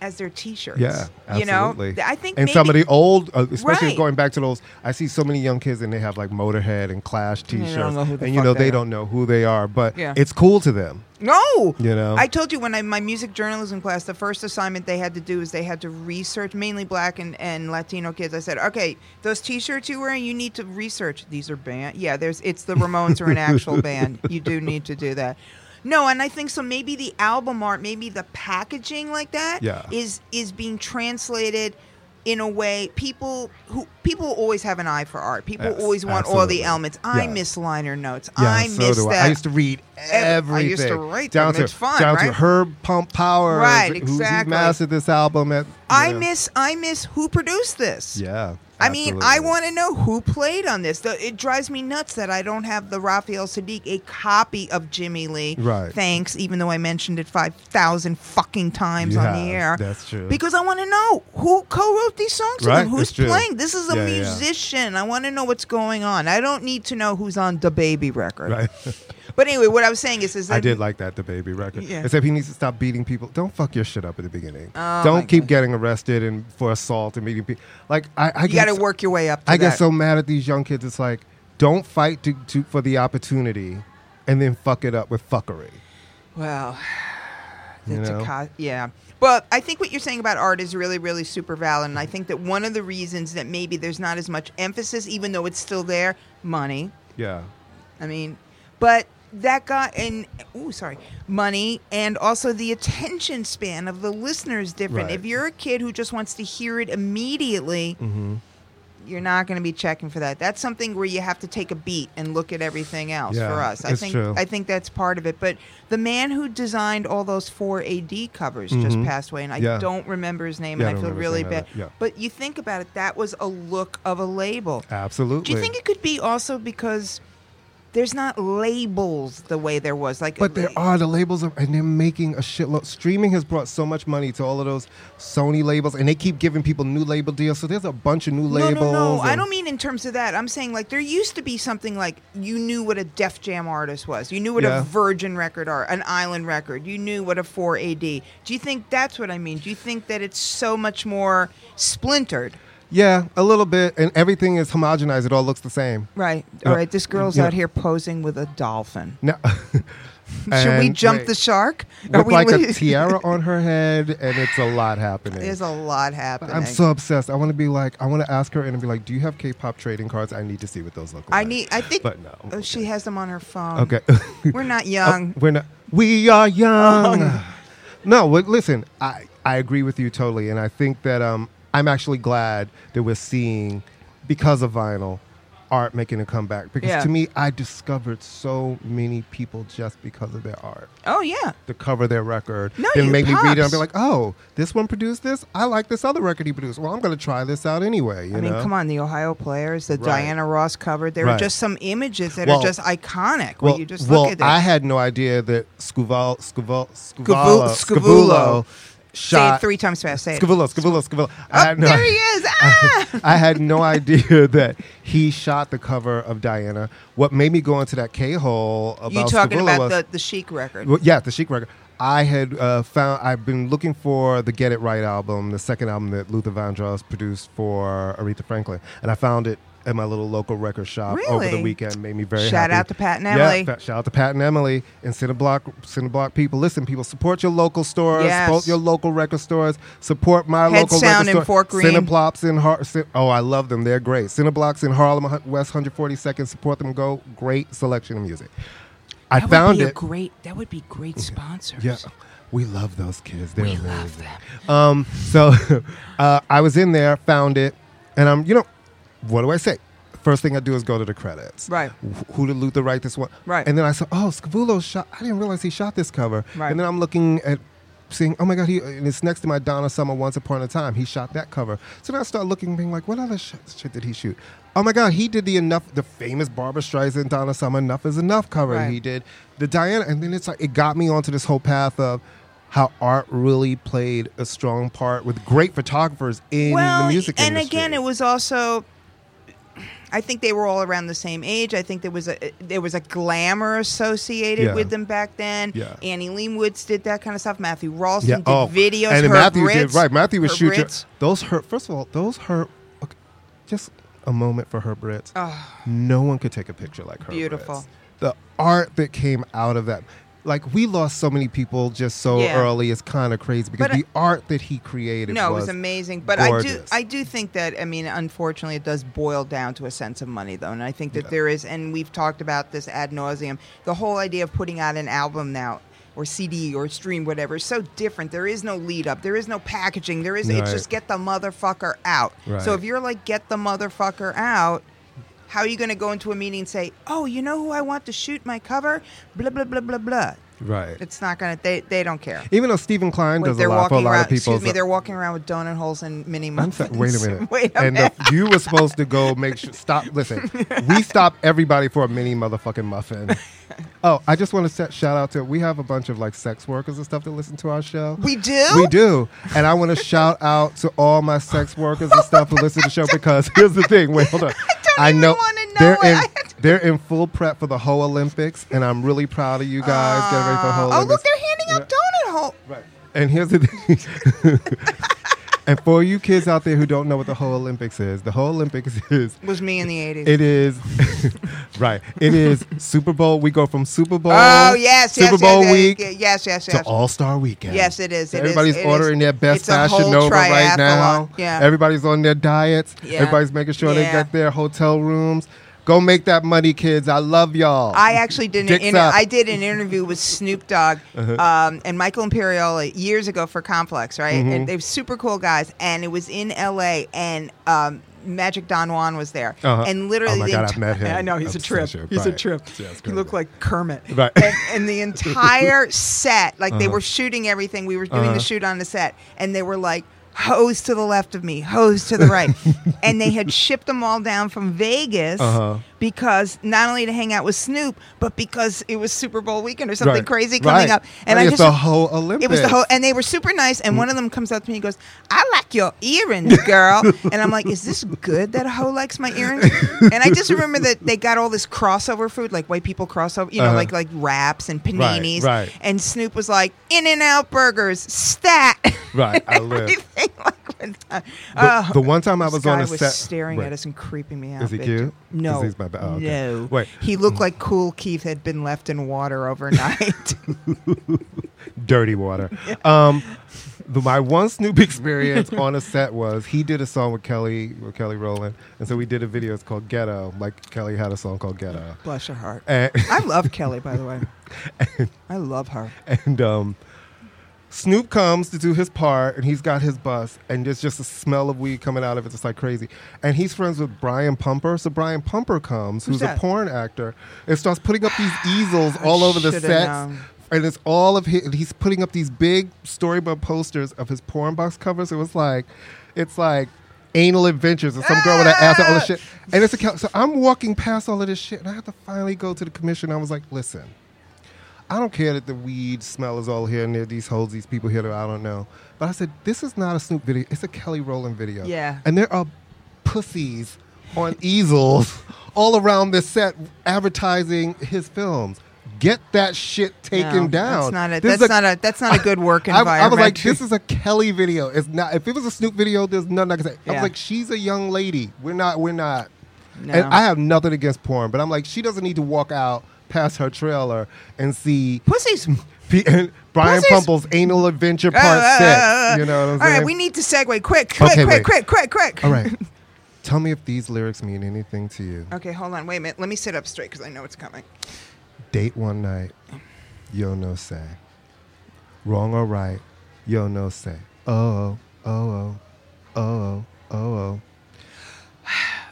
as their T-shirts. Yeah, absolutely. You know, I think and maybe, some of the old, uh, especially Right. going back to those, I see so many young kids and they have like Motorhead and Clash don't T-shirts, know who the and you fuck know they they are. don't know who they are, but Yeah. it's cool to them. No. You know? I told you when I my music journalism class, the first assignment they had to do is they had to research mainly black and, and Latino kids. I said, Okay, those t shirts you're wearing, you need to research. These are band yeah, there's it's the Ramones are an actual band. You do need to do that. No, and I think so maybe the album art, maybe the packaging like that Yeah. is is being translated in a way people who people always have an eye for art. People Yes, always want all absolutely. the elements. I Yeah. miss liner notes. Yeah, I so miss do that. I. I used to read Ev- I everything. used to write down them. to It's fun, down to right? Herb Pump Power, Right, who's- who's exactly. mastered this album. At, I yeah. miss I miss who produced this. Yeah, I mean, I absolutely. want to know who played on this. The, it drives me nuts that I don't have the Raphael Sadiq, a copy of Jimmy Lee. Right. Thanks, even though I mentioned it 5,000 fucking times You on have. the air. That's true. Because I want to know who co wrote these songs with Right, them, who's that's true. playing. This is a Yeah, yeah, yeah. musician. I want to know what's going on. I don't need to know who's on the baby record. Right. But anyway, what I was saying is, is that I did like that the baby record. Yeah. Except he needs to stop beating people. Don't fuck your shit up at the beginning. Oh, my Don't keep God. getting arrested and for assault and beating people. Like I, I you got get to so- work your way up to I that. get so mad at these young kids. It's like, don't fight to, to for the opportunity, and then fuck it up with fuckery. Well, You it's a know? co- yeah. But I think what you're saying about art is really, really super valid. And I think that one of the reasons that maybe there's not as much emphasis, even though it's still there, money. Yeah, I mean, but that guy and oh, sorry, money and also the attention span of the listener is different. Right. If you're a kid who just wants to hear it immediately, Mm-hmm. you're not going to be checking for that. That's something where you have to take a beat and look at everything else Yeah, for us. I it's think true. I think that's part of it. But the man who designed all those four AD covers just passed away, and I Mm-hmm. Yeah. don't remember his name, Yeah, I and I don't feel remember his really name bad. either. Yeah. But you think about it, that was a look of a label. absolutely. Do you think it could be also because there's not labels the way there was? Like, uh, But there are the labels, are, and they're making a shitload. Streaming has brought so much money to all of those Sony labels, and they keep giving people new label deals. So there's a bunch of new No, labels. no, no. I and- don't mean in terms of that. I'm saying like there used to be something like you knew what a Def Jam artist was. You knew what Yeah. a Virgin record or an Island record. You knew what a 4AD. Do you think that's what I mean? Do you think that it's so much more splintered? Yeah, a little bit, and everything is homogenized. It all looks the same. Right. Yeah. All right. This girl's Yeah. out here posing with a dolphin. Now, Should we and- jump wait, the shark? Are With we like a leaving- tiara on her head, and it's a lot happening. There's a lot happening. I'm so obsessed. I want to be like, I want to ask her and be like, do you have K-pop trading cards? I need to see what those look like. I need. I think. But no. oh, she has them on her phone. Okay. We're not Oh, young. we're not. We are young. no, but listen, I I agree with you totally, and I think that um I'm actually glad that we're seeing because of vinyl art making a comeback because Yeah. to me I discovered so many people just because of their art Oh yeah. to cover their record. No, then you make me read it and pops. be like, oh, this one produced this. I like this other record he produced. Well, I'm going to try this out anyway. You I mean, know? come on, the Ohio players, the Right. Diana Ross cover. There are Right. just some images that Well- are just iconic. Well, where you just well look at it. I had no idea that Scuval, Scuval, Scuvala, Scavulo. Scavulo say it shot three times fast. Say it. Scavulo, Scavulo, Scavulo. Oh, I had no, there he is. Ah! I had no idea that he shot the cover of Diana. What made me go into that K hole about you talking Scavulo about was, the, the Chic record? well, yeah, the Chic record. I had uh, found. I've been looking for the Get It Right album, the second album that Luther Vandross produced for Aretha Franklin, and I found it at my little local record shop over Really? the weekend. Made me very Shout happy. out to Pat and Yeah, Emily. fa- shout out to Pat and Emily and Cineblock, Cineblock people. Listen, people, support your local stores. Yes. Support your local record stores. Support my Head local Sound record in store. Fort Greene. Cineplops in Har- Cin- Oh, I love them. They're great. Cineblocks in Harlem hun- West 142nd. Support them. Go. Great selection of music. I that found would be it. A great. That would be great sponsors. Yeah, we love those kids. They're amazing. Um, so uh, I was in there, found it, and I'm, you know, what do I say? First thing I do is go to the credits. Right. Wh- Who did Luther write this one? Right. And then I saw, oh, Scavulo shot. I didn't realize he shot this cover. Right. And then I'm looking at, seeing, oh my God, he and it's next to my Donna Summer Once Upon a Time. He shot that cover. So then I start looking, being like, what other sh- shit did he shoot? Oh my God, he did the enough, the famous Barbara Streisand Donna Summer Enough is Enough cover. Right. He did the Diana, and then it's like it got me onto this whole path of how art really played a strong part with great photographers in well, the music and industry. again, it was also I think they were all around the same age. I think there was a there was a glamour associated Yeah. with them back then. Yeah. Annie Leemwoods did that kind of stuff. Matthew Ralston Yeah. did oh, videos. And then her Matthew did Brits- right. Matthew uh, would her shoot your, Brits. those hurt. First of all, those hurt. Okay, just a moment for her Brits. Oh. No one could take a picture like her. Beautiful. Brits. The art that came out of that. Like we lost so many people just so Yeah. early. It's kind of crazy because But I- the art that he created. no, it was, was amazing. But I do gorgeous. I do think that I mean, unfortunately, it does boil down to a sense of money, though, and I think that Yeah. there is, and we've talked about this ad nauseum. The whole idea of putting out an album now. Or CD or stream, whatever, is so different. There is no lead up. There is no packaging. There is. It's Right. just get the motherfucker out. So Right. if you're like get the motherfucker out, how are you going to go into a meeting and say, oh, you know who I want to shoot my cover? Blah blah blah blah blah. right. It's not going to. They they don't care. Even though Stephen Klein Wait, does they're a lot for a walking lot around. of people. Excuse me, they're walking around with donut holes and mini I'm muffins. sorry, wait a minute. wait a and minute. The, you were supposed to go make sure. Stop. Listen, we stop everybody for a mini motherfucking muffin. Oh, I just want to set, shout out to. We have a bunch of like sex workers and stuff that listen to our show. we do. We do. And I want to shout out to all my sex workers and stuff who listen to the show because here's the thing. Wait, hold on. I, even know, wanna know they're what in I- they're in full prep for the whole Olympics, and I'm really proud of you guys. Get ready for the whole Oh, Olympics. look, they're handing out donut holes. Right. And here's the thing. and for you kids out there who don't know what the whole Olympics is, the whole Olympics is Was me in the eighties. it is right. It is Super Bowl. We go from Super Bowl. oh yes, yes, Super yes, Bowl yes, week Yes, yes, to yes. All Star Weekend. Yes, it is, it is, Everybody's it is. ordering their best It's a fashion whole Nova right triathlon, now. yeah. Everybody's on their diets. Yeah. Everybody's making sure they Yeah. got their hotel rooms. Go make that money, kids. I love y'all. I actually did an Dicks Uh-huh. inter- up. I did an interview with Snoop Dogg um, and Michael Imperioli years ago for Complex, right? Mm-hmm. And they were super cool guys, and it was in L.A. and um, Magic Don Juan was there, Uh-huh. and literally Oh my the God, enti- I've met him. I know he's a trip. Obsession, He's a right. trip. Yeah, it's he looked crazy. like Kermit. Right. Uh-huh. and, and the entire set, like they were shooting everything. We were doing the shoot on the set, and they were like hose to the left of me, hose to the right, and they had shipped them all down from Vegas Uh-huh. because not only to hang out with Snoop, but because it was Super Bowl weekend or something Right. crazy coming Right. up. And Right, I it's just the whole Olympics. It was the whole, and they were super nice. Mm. And one of them comes up to me and goes, "I like your earrings, girl." and I'm like, "Is this good that a hoe likes my earrings?" and I just remember that they got all this crossover food, like white people crossover, you know, Uh-huh. like like wraps and paninis. right. And Snoop was like, "In and out burgers, stat." Right, I live. Everything like went down. The, Oh, the one time I this was guy on a was set, staring Right. at us and creeping me out. Is he Victor. cute? 'Cause No, he's my ba- oh, okay. no. Wait. Mm. he looked like Cool Keith had been left in water overnight. dirty water. Um, the, my one Snoop experience on a set was he did a song with Kelly with Kelly Rowland, and so we did a video. It's called Ghetto. Like Kelly had a song called Ghetto, Bless your heart. and I love Kelly, by the way. I love her. and um, Snoop comes to do his part, and he's got his bus, and there's just a smell of weed coming out of it, just like crazy. And he's friends with Brian Pumper, so Brian Pumper comes, who's, Who's a that? porn actor, and starts putting up these easels all over the shoulda sets. known. And it's all of his. He's putting up these big storybook posters of his porn box covers. It was like, it's like anal adventures and some girl with an ass and all this shit. And it's a cal- so I'm walking past all of this shit, and I have to finally go to the commissioner. I was like, listen, I don't care that the weed smell is all here and there, these hoes, these people here that I don't know. But I said, this is not a Snoop video. It's a Kelly Rowland video. Yeah. And there are pussies on easels all around this set advertising his films. Get that shit taken No, down. That's not a. This That's is not a. That's not a good work I, environment. I was like, this is a Kelly video. It's not. If it was a Snoop video, there's nothing I can say. I Yeah. was like, she's a young lady. We're not. We're not. No. And I have nothing against porn, but I'm like, she doesn't need to walk out past her trailer and see pussies. P- and Brian Pussies. Pumple's anal adventure part Uh, uh, uh, six. uh. You know what I'm All saying? right, we need to segue quick, quick, Okay, quick, wait. quick, quick, quick. All right. Tell me if these lyrics mean anything to you. Okay, hold on. Wait a minute. Let me sit up straight because I know it's coming. Date one night, yo no say. Wrong or right, yo no say. Oh, oh, oh, oh, oh, oh, oh.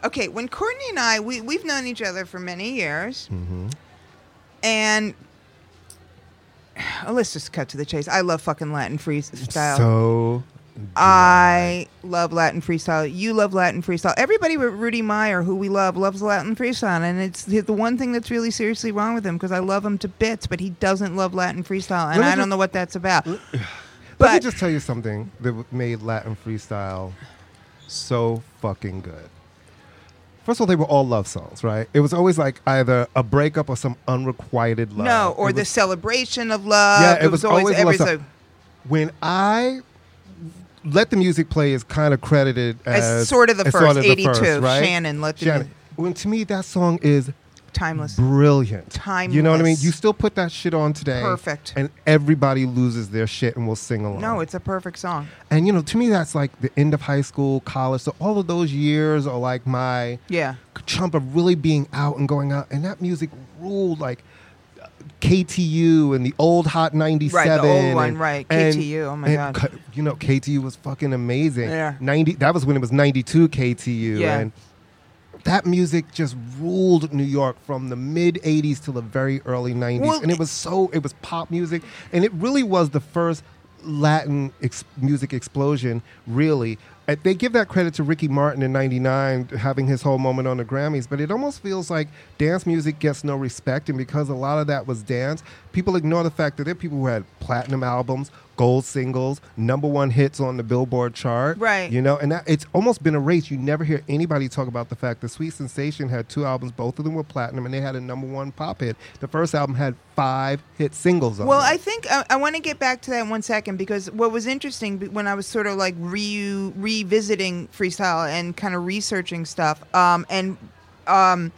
Okay, when Courtney and I we we've known each other for many years, Mm-hmm. and oh, let's just cut to the chase. I love fucking Latin freestyle. So I love Latin freestyle. You love Latin freestyle. Everybody but Rudy Meyer, who we love, loves Latin freestyle, and it's the the one thing that's really seriously wrong with him because I love him to bits, but he doesn't love Latin freestyle, Let and me I don't just- know what that's about. let me But just tell you something that w- made Latin freestyle so fucking good. First of all, they were all love songs, right? It was always like either a breakup or some unrequited love. No, or It the was- celebration of love. Yeah, it was always every love song. so- when I let the music play is kind of credited as, As sort of the as first, 82, right? Shannon, Let the Mu- When to me that song is timeless. brilliant. You know what I mean? Timeless. You still put that shit on today. Perfect. And everybody loses their shit and will sing along. No, it's a perfect song. and you know, to me that's like the end of high school, college. So all of those years are like my Yeah. chunk of really being out and going out, and that music ruled like uh, KTU and the old Hot 97. one, and- right. and- KTU, oh my and God. cu- You know, KTU was fucking amazing. Yeah. 90, that was when it was 92 KTU. Yeah. And that music just ruled New York from the mid 80s till the very early 90s. Well, and it was so, it was pop music. And it really was the first Latin ex- music explosion, really. Uh, They give that credit to Ricky Martin in 99 having his whole moment on the Grammys, but it almost feels like dance music gets no respect. And because a lot of that was dance, people ignore the fact that there are people who had platinum albums, gold singles, number one hits on the Billboard chart. Right. You know, and that, it's almost been erased. You never hear anybody talk about the fact that Sweet Sensation had two albums, both of them were platinum, and they had a number one pop hit. The first album had five hit singles on Well, it. I think uh, I, I want to get back to that in one second because what was interesting be- when I was sort of like re- revisiting freestyle and kind of researching stuff, um, and um,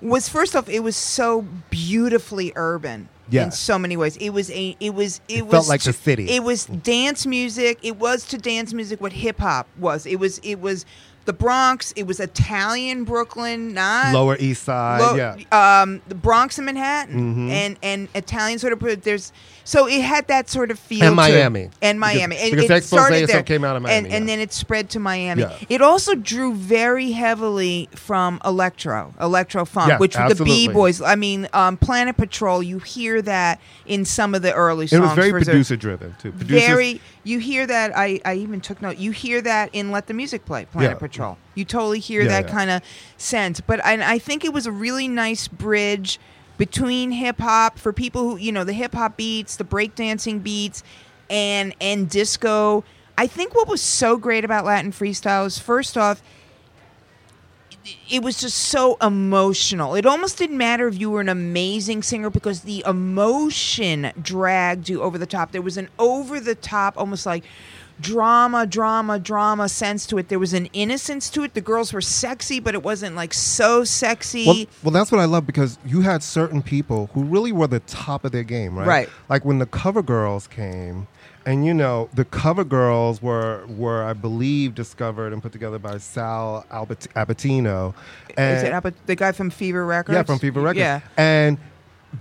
was first off, it was so beautifully urban. Yeah. In so many ways, it was a, it was, it, It was felt like to- the city. It was dance music. It was to dance music what hip hop was. It was, it was the Bronx. It was Italian Brooklyn, not Lower East Side, Lo- yeah. Mm-hmm. um, the Bronx and Manhattan, and and Italian sort of. There's so it had that sort of feel. And to- Miami. Because- and Miami, and because it the expose started itself there. came out of Miami, and, and yeah. then it spread to Miami. Yeah. It also drew very heavily from electro, electro funk, Yeah, which absolutely. the B boys. I mean, um, Planet Patrol. You hear that in some of the early it songs. was very for Zer- producer driven, too. Producers, very you hear that I, I even took note you hear that in let the music play planet Yeah. patrol you totally hear Yeah, that yeah. kind of sense but I, I think it was a really nice bridge between hip-hop for people who you know the hip-hop beats the breakdancing beats and and disco i think what was so great about latin freestyle is first off it was just so emotional. It almost didn't matter if you were an amazing singer because the emotion dragged you over the top. There was an over the top, almost like drama, drama, drama sense to it. There was an innocence to it. The girls were sexy, but it wasn't like so sexy. Well, well, that's what I love because you had certain people who really were the top of their game, right? Right. Like when the cover girls came, and you know, the cover girls were were I believe discovered and put together by Sal Albert, Abatino. Is it Abba- the guy from Fever Records? eh, Yeah, from Fever Records. Yeah. And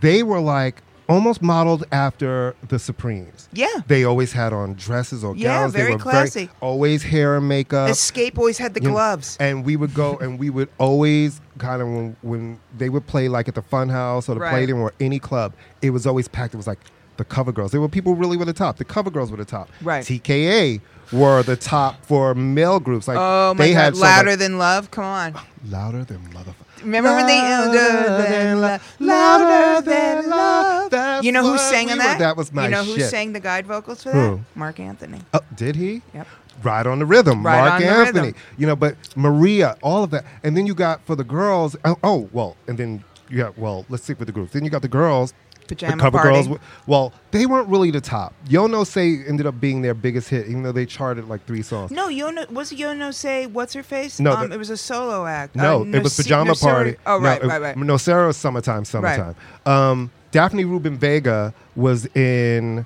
they were like almost modeled after the Supremes. Yeah. They always had on dresses or Yeah, gowns. very they were classy. always hair and makeup. Escape always had the Uh, you know, gloves. and we would go and we would always kind of when, when they would play like at the fun house or the Right. playroom or any club, it was always packed. It was like the cover girls. There were people really were the top. The cover girls were the top. Right. TKA were the top for male groups. Like Oh my they god, had songs louder like, than love. Come on. louder than motherfucker. Remember when they- uh, Louder than lo- louder than love. That's You know who what sang we on were- that? That was my You know who shit. sang the guide vocals for that? Who? Mark Anthony. Oh, did he? Yep. Ride on the rhythm, Ride Mark on the Anthony. Rhythm. You know, but Maria, all of that, and then you got for the girls. Oh, oh well, and then you got well. Let's stick with the groups. Then you got the girls. Pajama the cover Party. girls. were- Well, they weren't really the top. Yo No Say ended up being their biggest hit, even though they charted like three songs. No, Yono was it Yono say what's her face? No, um, the- it was a solo act. No, Uh, it was Nursi- Pajama Nursera- Party. Oh right, no, right, right. No, Sarah's Summertime, Summertime. Um, Daphne Rubin Vega was in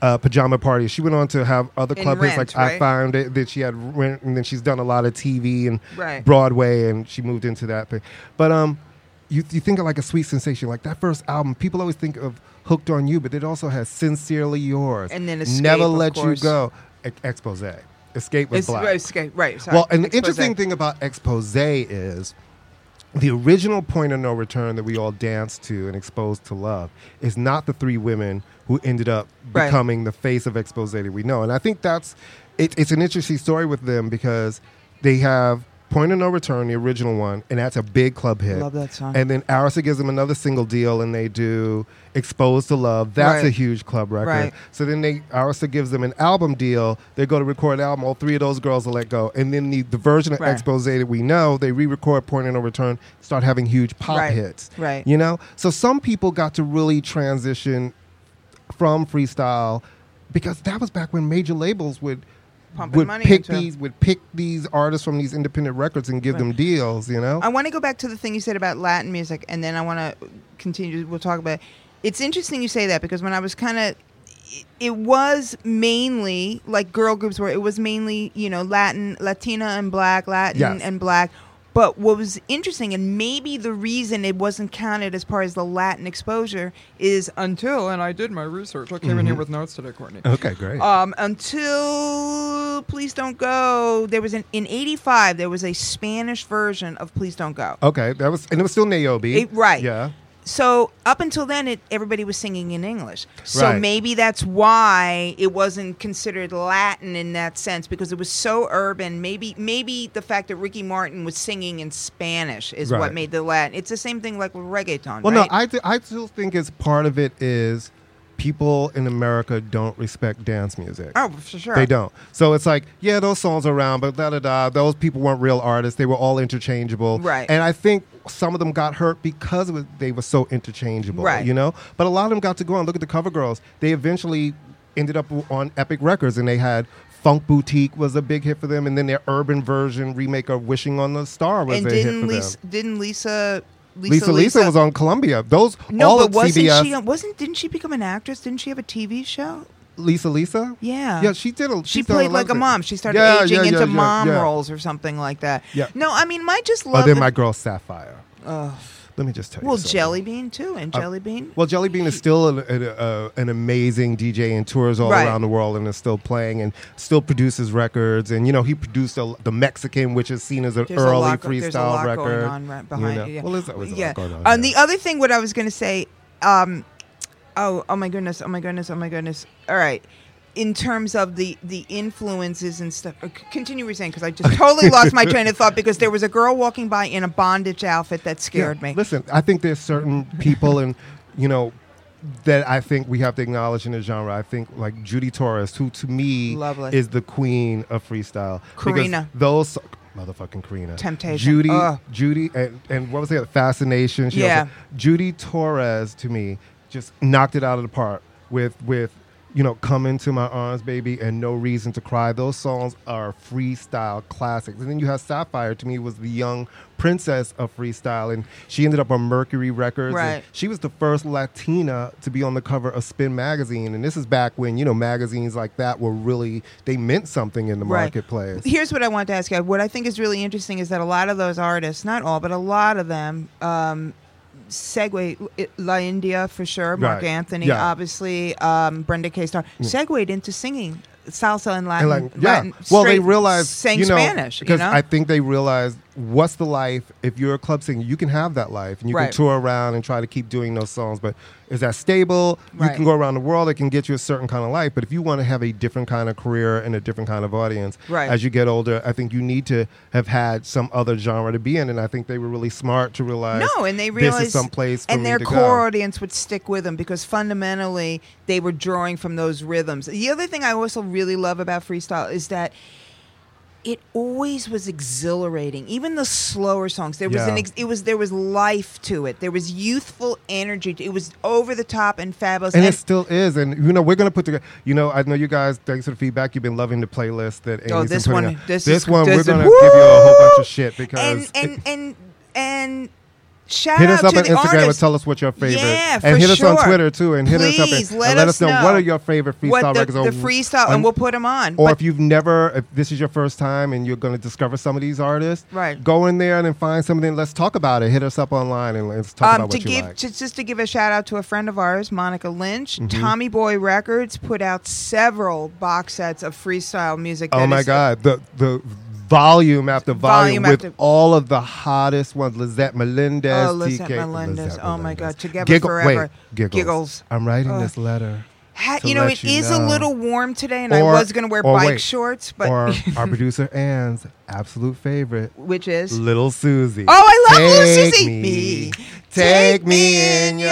uh, Pajama Party. She went on to have other In club hits Rent, like right? I Found It, that she had Rent, and then she's done a lot of TV and Right. Broadway, and she moved into that thing. But um, you, you think of like a sweet sensation, like that first album, people always think of Hooked on You, but it also has Sincerely Yours. And then Escape, Never of Let course. You Go, e- Expose. Escape was It's- black. right, okay, right, sorry. Well, and the Expose. interesting thing about expose is the original point of no return that we all danced to and exposed to love is not the three women who ended up Right. becoming the face of expose that we know. And I think that's it, it's an interesting story with them because they have Point of No Return, the original one, and that's a big club hit. Love that song. And then Arista gives them another single deal, and they do Exposed to Love. That's Right. a huge club record. Right. So then they Arista gives them an album deal. They go to record an album. All three of those girls are let go, and then the, the version of Right. Expose that we know, they re-record Point of No Return, start having huge pop Right. hits. Right. You know, so some people got to really transition from freestyle because that was back when major labels would Pumping would money pick into 'em. these would pick these artists from these independent records and give them deals, you know? I want to go back to the thing you said about Latin music, and then I want to continue. We'll talk about. It. It's interesting you say that because when I was kind of, it was mainly like girl groups were. It was mainly you know Latin, Latina, and Black, Latin Yes. and Black. But what was interesting, and maybe the reason it wasn't counted as far as the Latin exposure, is until and I did my research. I came in here with notes today, Courtney. Okay, great. Um, until Please Don't Go, there was an in '85. There was a Spanish version of Please Don't Go. okay, that was and it was still Naomi. It- right. Yeah. So up until then, it everybody was singing in English. So Right. maybe that's why it wasn't considered Latin in that sense because it was so urban. Maybe maybe the fact that Ricky Martin was singing in Spanish is Right. what made the Latin. It's the same thing like with reggaeton. Well, right? no, I, th- I still think it's part of it is people in America don't respect dance music. oh for sure They don't. So it's like, yeah, those songs are around, but da da da. Those people weren't real artists. They were all interchangeable. Right. And I think some of them got hurt because it was, they were so interchangeable. Right. You know. But a lot of them got to go on. Look at the cover girls. They eventually ended up on Epic Records, and they had. Funk Boutique was a big hit for them, and then their urban version remake of "Wishing on the Star" was And a hit for didn't Lisa, them. didn't Lisa Lisa, Lisa was on Columbia. Those No, all but at wasn't CBS. she? Wasn't didn't she become an actress? Didn't she have a TV show? Lisa, Lisa. Yeah. yeah, she did. A, She she's done played like a lot of- mom. She started Yeah, aging yeah, into yeah, yeah, mom yeah. roles or something like that. Yeah. No, I mean, my just Oh, love. then the- my girl Sapphire. Ugh. Let me just tell you. well, something. Jelly Bean too, and Jelly Bean. Uh, Well, Jelly Bean is still an, an, uh, an amazing DJ and tours all Right. around the world and is still playing and still produces records. And, you know, he produced a, the Mexican, which is seen as an There's a early lot- freestyle there's a lot record. going on right behind. know. Yeah. Well, there's always a lot yeah. going on, Um, yeah. the other thing, what I was going to say, um, oh, oh my goodness, oh my goodness, oh my goodness. All right. In terms of the the influences and stuff, uh, c- continue what you're saying because I just totally lost my train of thought because there was a girl walking by in a bondage outfit that Yeah. scared me. Listen, I think there's certain people and, you know, that I think we have to acknowledge in the genre. I think like Judy Torres, who to me Lovely. is the queen of freestyle. Because Karina. Those motherfucking Karina. Temptation. Judy. Ugh. Judy and, and what was the other? Fascination. She Yeah. also- Judy Torres to me just knocked it out of the park with with you know come into my arms baby and no reason to cry those songs are freestyle classics and then you have sapphire to me was the young princess of freestyle and she ended up on mercury records and Right. she was the first latina to be on the cover of spin magazine and this is back when you know magazines like that were really they meant something in the marketplace Here's what I want to ask you. What I think is really interesting is that a lot of those artists, not all, but a lot of them, um, segue La India for sure, Mark Right. Anthony, Yeah. obviously, um, Brenda K. Star, segued into singing salsa and Latin. and like yeah Latin- well they straight realized sang you know, Spanish because you know? i think they realized what's the life if you're a club singer you can have that life and you Right. can tour around and try to keep doing those songs but is that stable Right. you can go around the world it can get you a certain kind of life but if you want to have a different kind of career and a different kind of audience Right. as you get older i think you need to have had some other genre to be in and i think they were really smart to realize No, and they realized this is some place for and me their to core go. audience would stick with them because fundamentally they were drawing from those rhythms. The other thing I also really love about freestyle is that it always was exhilarating. Even the slower songs, there was an Yeah. ex- it was there was life to it. There was youthful energy. to- It was over the top and fabulous. And, And- it still is. And you know, we're gonna put together. You know, I know you guys. Thanks for the feedback. You've been loving the playlist that. Amy's Oh, been this putting one- out. this is- one. this we're is- gonna give you a whole bunch Woo! of shit because. and and and and shout Hit out us up to on the Instagram and artists. tell us what your favorite. Yeah, and for hit us on sure. Twitter too, and hit us up Please, and, let and let us us know, know what are your favorite freestyle what the, records. the freestyle, on- and we'll put them on. or But- if you've never, if this is your first time and you're going to discover some of these artists, Right. Go in there and then find something. Let's talk about it. Hit us up online and let's talk about Um, to what you give like. just, just to give a shout out to a friend of ours, Monica Lynch. Mm-hmm. Tommy Boy Records put out several box sets of freestyle music. Oh that my is- God, the the volume after volume, Volume with after- all of the hottest ones: Lizette Melendez, Oh, Lizette TK, Melendez. Oh my God, Together Giggle- Forever. Wait, giggles. Giggles. I'm writing Ugh. this letter Ha- to you know, let it you is a know. little warm today, and I Or- was going to wear or bike wait, shorts, but or our producer Anne's absolute favorite, which is Little Susie. Oh, I love Little Take Susie. Me, Me. take me in your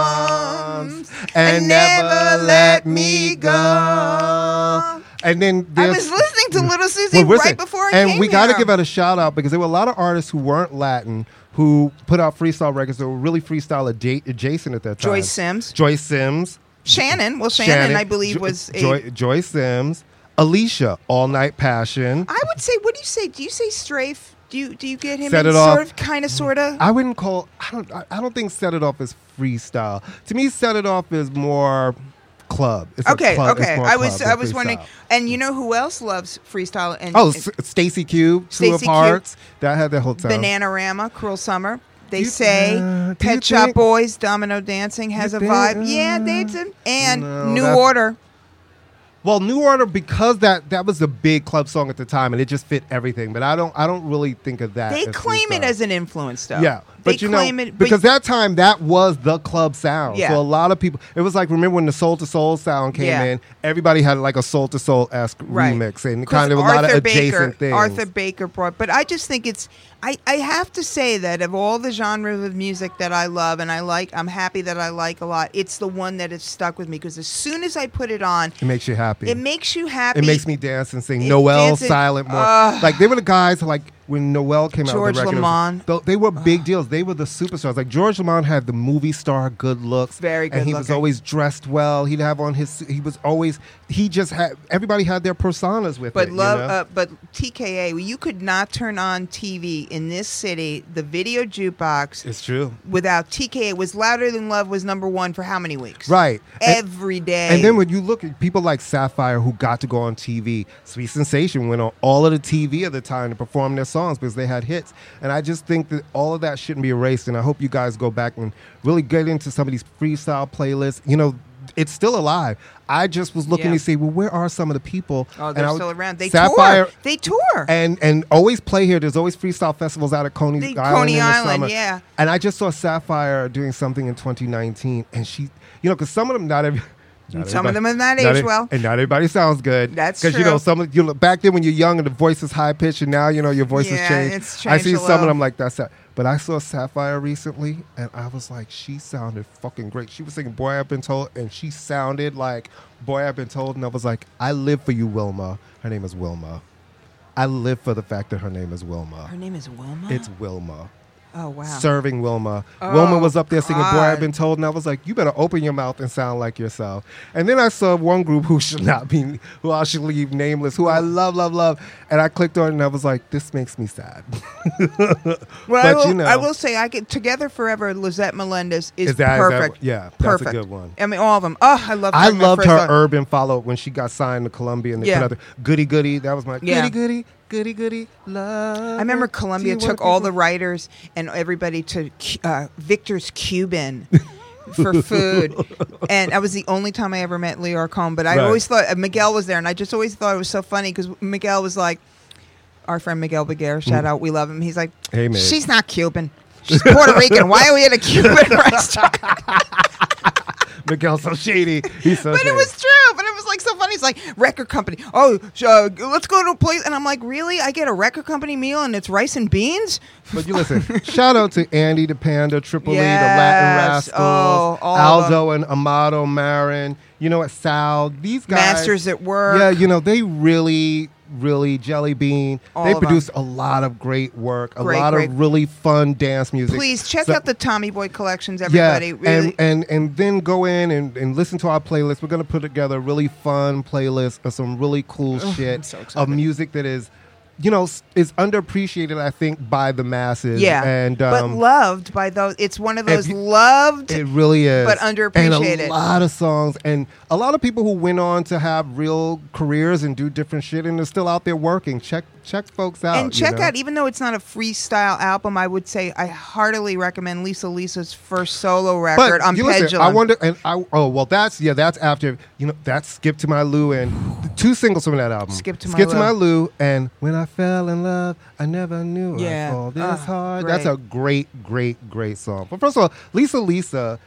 arms and never let me go. And then I there's was listening to Little Susie Well, listen, right before I and came we got to here. give out a shout out because there were a lot of artists who weren't Latin who put out freestyle records that were really freestyle adja- adjacent at that time. Joyce Sims. Joyce Sims. Shannon. Well, Shannon, I believe, Jo- was a. Joy, Joy Sims, Alicia, All Night Passion. I would say, what do you say? Do you say strafe? Do you do you get him Set in it off. Mm-hmm. sort of, kind of, sort of? I wouldn't call. I don't. I I don't think set it off is freestyle. To me, set it off is more club. It's a Okay, club- it's okay. more I was club I than was wondering. freestyle. And you know who else loves freestyle and Oh, and S- Stacy Cube, Two of Stacey Q. Hearts. That had that whole time. Bananarama, Cruel Summer. They You- uh, say do you Pet Shop think- Boys, Domino Dancing has You a vibe. think- Mm, yeah, they do. And No, New that's- Order. Well, New Order because that that was the big club song at the time, and it just fit everything. But I don't I don't really think of that. They claim it freestyle. as an influence, though. Yeah, but they you know, claim it but- because that time that was the club sound. Yeah. So a lot of people, it was like remember when the soul to soul sound came Yeah. in? Everybody had like a soul to soul esque Right. remix and 'Cause kind of a lot of Arthur adjacent Baker, things. Arthur Baker brought, but I just think it's. I, I have to say that of all the genres of music that I love and I like, I'm happy that I like a lot. It's the one that has stuck with me because as soon as I put it on, it makes you happy. it makes you happy. It makes me dance and sing. It Noel, dancing- Silent More. Ugh. like they were the guys like when Noel came out. with George the record, it was- Lamont. th- they were big deals. They were the superstars. Like George Lamont had the movie star good looks. Very good And he was looking. always dressed well. He'd have on his. He was always. He just had. Everybody had their personas with But it. love, You know? uh, but TKA, you could not turn on TV in this city, the video jukebox, it's true. without TKA. Was louder than love was number one for how many weeks? Right. And- every day. And then when you look at people like Sapphire who got to go on TV, Sweet Sensation went on all of the TV at the time to perform their songs because they had hits. And I just think that all of that shouldn't be erased. And I hope you guys go back and really get into some of these freestyle playlists. You know, it's still alive. I just was looking Yeah. to see, well, where are some of the people? oh, And they're I was- still around. They Sapphire tour. They tour. and and always play here. There's always freestyle festivals out at Coney The Island. Coney in the Island, summer. yeah. And I just saw Sapphire doing something in 2019, and she, you know, because some of them not every. not Some of everybody- them have not not aged e- well. and not everybody sounds good. That's you know true. some of- you look back then when you're young and the voice is high pitched, and now you know your voice Yeah, has changed. it's I changed see a some of little. them like that's that. But I saw Sapphire recently, and I was like, she sounded fucking great. She was singing "Boy I've Been Told," and she sounded like "Boy I've Been Told," and I was like, I live for you, Wilma. Her name is Wilma. I live for the fact that her name is Wilma. Her name is Wilma. It's Wilma. oh wow. Serving Wilma. Wilma Oh, was up there singing Boy I've God. Been Told, and I was like, you better open your mouth and sound like yourself. And then I saw one group who should not be, who I should leave nameless, who I love, love, love. And I clicked on it and I was like, this makes me sad. Well, But I will, you know- I will say, I get Together Forever. Lizette Melendez is, Is that- is that- perfect. yeah, that's a perfect. good one. I mean, all of them. Oh, I love. I Bring My loved Friends her On. urban follow up when she got signed to Columbia and they Yeah. put out the goody goody. That was my Yeah. goody goody, goody goody love. I remember it. Do Columbia you wanna took be all good? the writers and everybody to Cu- uh, Victor's Cuban for food, and that was the only time I ever met Lee Arcon. But I Right. always thought uh, Miguel was there, and I just always thought it was so funny because Miguel was like, our friend Miguel Beguer, shout out, we love him. He's like, Mm. Hey, man. she's not Cuban. She's Puerto Rican. Why are we at a Cuban restaurant? Miguel's so shady. He's so But shady. it was true. But it was like so funny. It's like record company. Oh, sh- uh, let's go to a place. And I'm like, really? I get a record company meal and it's rice and beans. But you listen, shout out to Andy the Panda, Triple E, the Latin Yes. Rascals, Oh, all of Aldo and Amado Marin, you know what, Sal, these guys. Masters at Work. Yeah, you know, they really, really, Jelly Bean, All they of 'em. produced a lot of great work, a Great, lot great. of really fun dance music. Please check So- out the Tommy Boy collections, everybody. yeah, really. and, and and then go in and, and listen to our playlist. We're gonna put together a really fun playlist of some really cool shit so of excited. music that is, you know, s- is underappreciated. I think by the masses. yeah, and but um, loved by those. It's one of if those you- loved. it really is, but And a underappreciated. lot of songs and a lot of people who went on to have real careers and do different shit and are still out there working. Check check folks out and check you know? out, even though it's not a freestyle album, I would say I heartily recommend Lisa Lisa's first solo record. I'm you listen, Pendulum. I wonder, and I oh well, that's yeah, that's after you know that's "Skip to My Lou" and the two singles from that album. Skip to My "Skip to Lou. My Lou" and "When I Fell in Love," I never knew I Yeah. fall this Ah, hard. great. That's a great, great, great song. But first of all, Lisa, Lisa.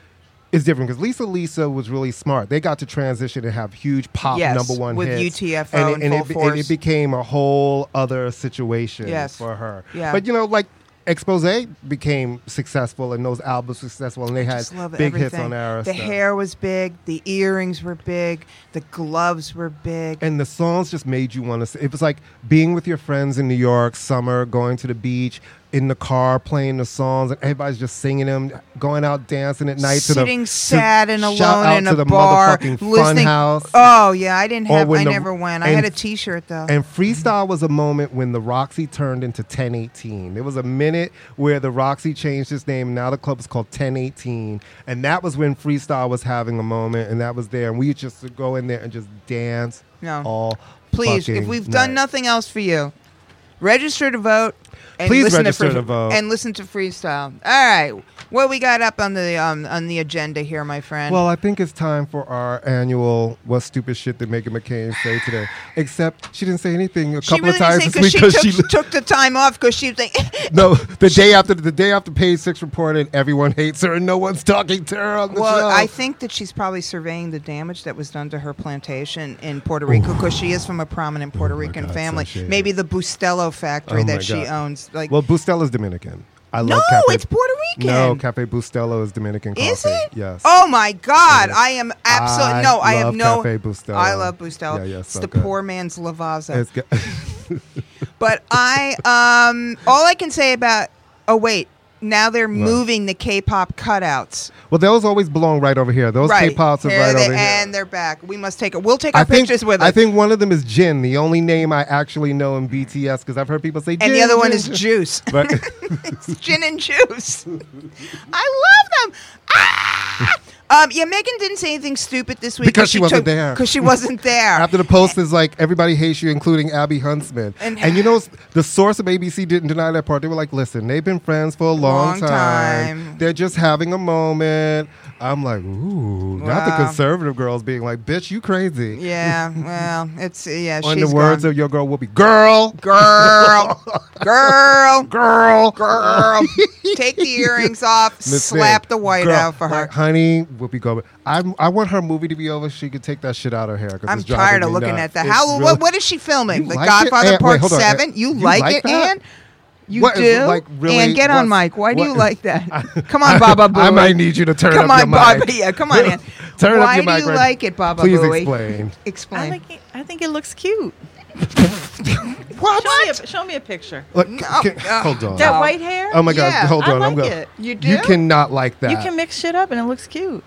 is different because Lisa Lisa was really smart. They got to transition and have huge pop Yes, number one with hits, UTFO and, it- in and, it, full be- and force. it became a whole other situation Yes. for her. Yeah. But you know, like Expose became successful and those albums successful, and they had Just love big hits on everything. Arista. The hair was big. The earrings were big. The gloves were big. and the songs just made you want to. It was like being with your friends in New York, summer, going to the beach, in the car playing the songs, and everybody's just singing them, going out dancing at night, to the- Sitting to sad and shout alone out in to a the bar, motherfucking listening. funhouse. Oh yeah, I didn't Or have. when I the- never went. I and- had a T-shirt though. And freestyle was a moment when the Roxy turned into 1018. There was a minute where the Roxy changed its name. Now the club is called 1018, and that was when freestyle was having a moment, and that was there. And we just to go in there and just dance No. all. Please, if fucking we've done night. nothing else for you, register to vote. And Please listen register to, free- to vote. and listen to freestyle. All right, what we got up on the um, on the agenda here, my friend? Well, I think it's time for our annual "What stupid shit did Megan McCain say today?" Except she didn't say anything a she couple really of times this didn't say week because she she took, took the time off because she was like, no the day after the day after Page Six reported everyone hates her and no one's talking to her on the show. "Well, I think that she's probably surveying the damage that was done to her plantation in Puerto Rico because she is from a prominent Puerto Rican Oh God, family. so she is. Maybe the Bustelo factory Oh my that she God. owns. Like, Well, Bustela's Dominican. I no, love Cafe. it's Puerto Rican. No, Cafe Bustelo is Dominican coffee. Is it? Yes. Oh my God! Yes. I am absolutely I no. I have love no. Cafe Bustelo. I love Bustelo. Yeah, yeah, it's so the good. poor man's Lavazza. It's got- But I, um, all I can say about. Oh wait, now they're moving the K-pop cutouts. well, those always belong right over here. Those right, K-pops are Here right they, over here. and they're back. We must take it. We'll take our I think, pictures with us. I think one of them is Jin, the only name I actually know in BTS because I've heard people say and the Jin, other one Jin, is Jin. juice. But It's gin and juice. I love them. Ah! Um, yeah, Megan didn't say anything stupid this week Because she wasn't there. Because she wasn't there. After the post is like everybody hates you, including Abby Huntsman. And- And, you know the source of ABC didn't deny that part. They were like, "Listen, they've been friends for a long, Long time. They're just having a moment." I'm like, "Ooh, not the Wow. conservative girls being like, bitch, you crazy." Yeah, well, it's yeah. On she's the words gone. of your girl Whoopi, girl, girl, girl, girl, girl, take the earrings off, Miss slap Thing, the white girl, out for her. like, honey. Whoopi Goldberg. I I want her movie to be over. She could take that shit out of her hair. 'cause I'm it's driving tired of me looking nuts. at that. It's How? really- what, what is she filming? You The like it? Godfather Ann, wait, Part hold on. Ann, Seven. You, you like, like it, that? Ann? You What do. is, like, really- Ann, get on what's- mic. Why do what- you like that? Come on, Baba Booey. I might need you to turn Come up on, your Baba. mic. Yeah, come on, Ann. Turn up Why your do mic you right- like it, Baba Please Booey? explain. Explain. I like it. I think it looks cute. What? Show me, a, show me a picture. Look, Oh, No. can- Uh, hold on. That white hair. oh my God! Yeah, hold I on, I'm like going. it. You do? You cannot like that. you can mix shit up and it looks cute.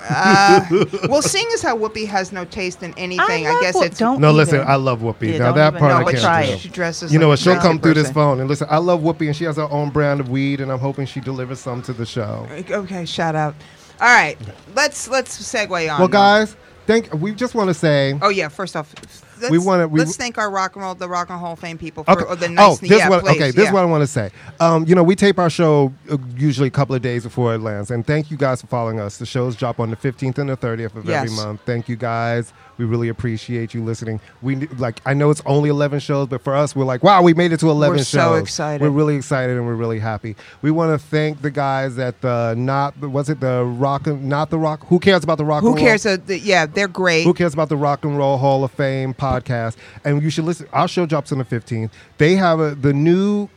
well, seeing as how Whoopi has no taste in anything, I, love guess what- it's don't no, listen. even. I love Whoopi. Yeah, now don't that even- part no, I but can't try do. it. She dresses. You know like what? a She'll crazy come through this person. phone and listen. I love Whoopi, and she has her own brand of weed, and I'm hoping she delivers some to the show. Okay, shout out. All right, let's let's segue on. Well, though. guys, thank. We just want to say. Oh yeah. First off, let's, We wanna- we- let's thank our rock and roll, the Rock and Roll Fame people for oh, the oh, nice. this yeah, one. please, okay, this yeah. is what I want to say. Um, you know, we tape our show uh, usually a couple of days before it lands, and thank you guys for following us. The shows drop on the 15th and the 30th of Yes. every month. Thank you guys. We really appreciate you listening. We kn- like. I know it's only 11 shows, but for us, we're like, wow, we made it to 11 We're shows. so excited. We're really excited and we're really happy. We want to thank the guys at the not was it the rock and- not the rock. Who cares about the rock? Who and roll? cares? Uh, the, yeah, they're great. Who cares about the Rock and Roll Hall of Fame podcast? And you should listen. Our show drops on the 15th. They have a, the new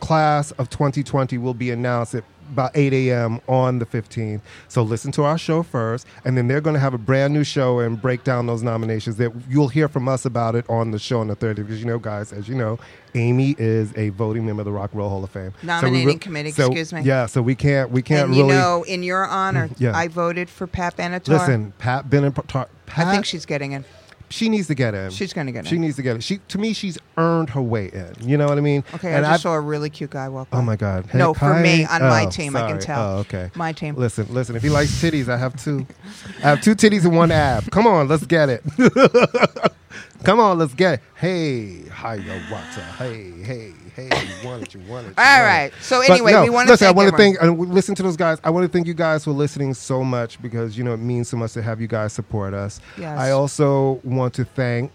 class of 2020 will be announced at about 8 a.m. on the 15th. So listen to our show first, and then they're going to have a brand new show and break down those nominations. That you'll hear from us about it on the show on the 30th. Because you know, guys, as you know, Amy is a voting member of the Rock and Roll Hall of Fame. So we Nominating re- committee, so- excuse me. Yeah, so we can't we can't and really you know, in your honor, Yeah. I voted for Pat Benatar. listen. Pat Benatar. Pat, I think she's getting in. she needs to get in. She's gonna get She in. needs to get it. She to me, she's earned her way in. You know what I mean? Okay, and I just I've- saw a really cute guy walk. Oh by. my God! No, Hey, for me hi. on my Oh, team, I can sorry. tell. Oh, okay. My team. Listen, listen. If he likes titties, I have two. I have two titties and one ab. Come on, let's get it. Come on, let's get it. Hey, hiya, water. Hey, hey, hey. You want it? You want it? All All right. right. So anyway, we wanna listen. I uh, thank want to everyone. thank. I w- listen to those guys. I want to thank you guys for listening so much because you know it means so much to have you guys support us. Yes. I also want to thank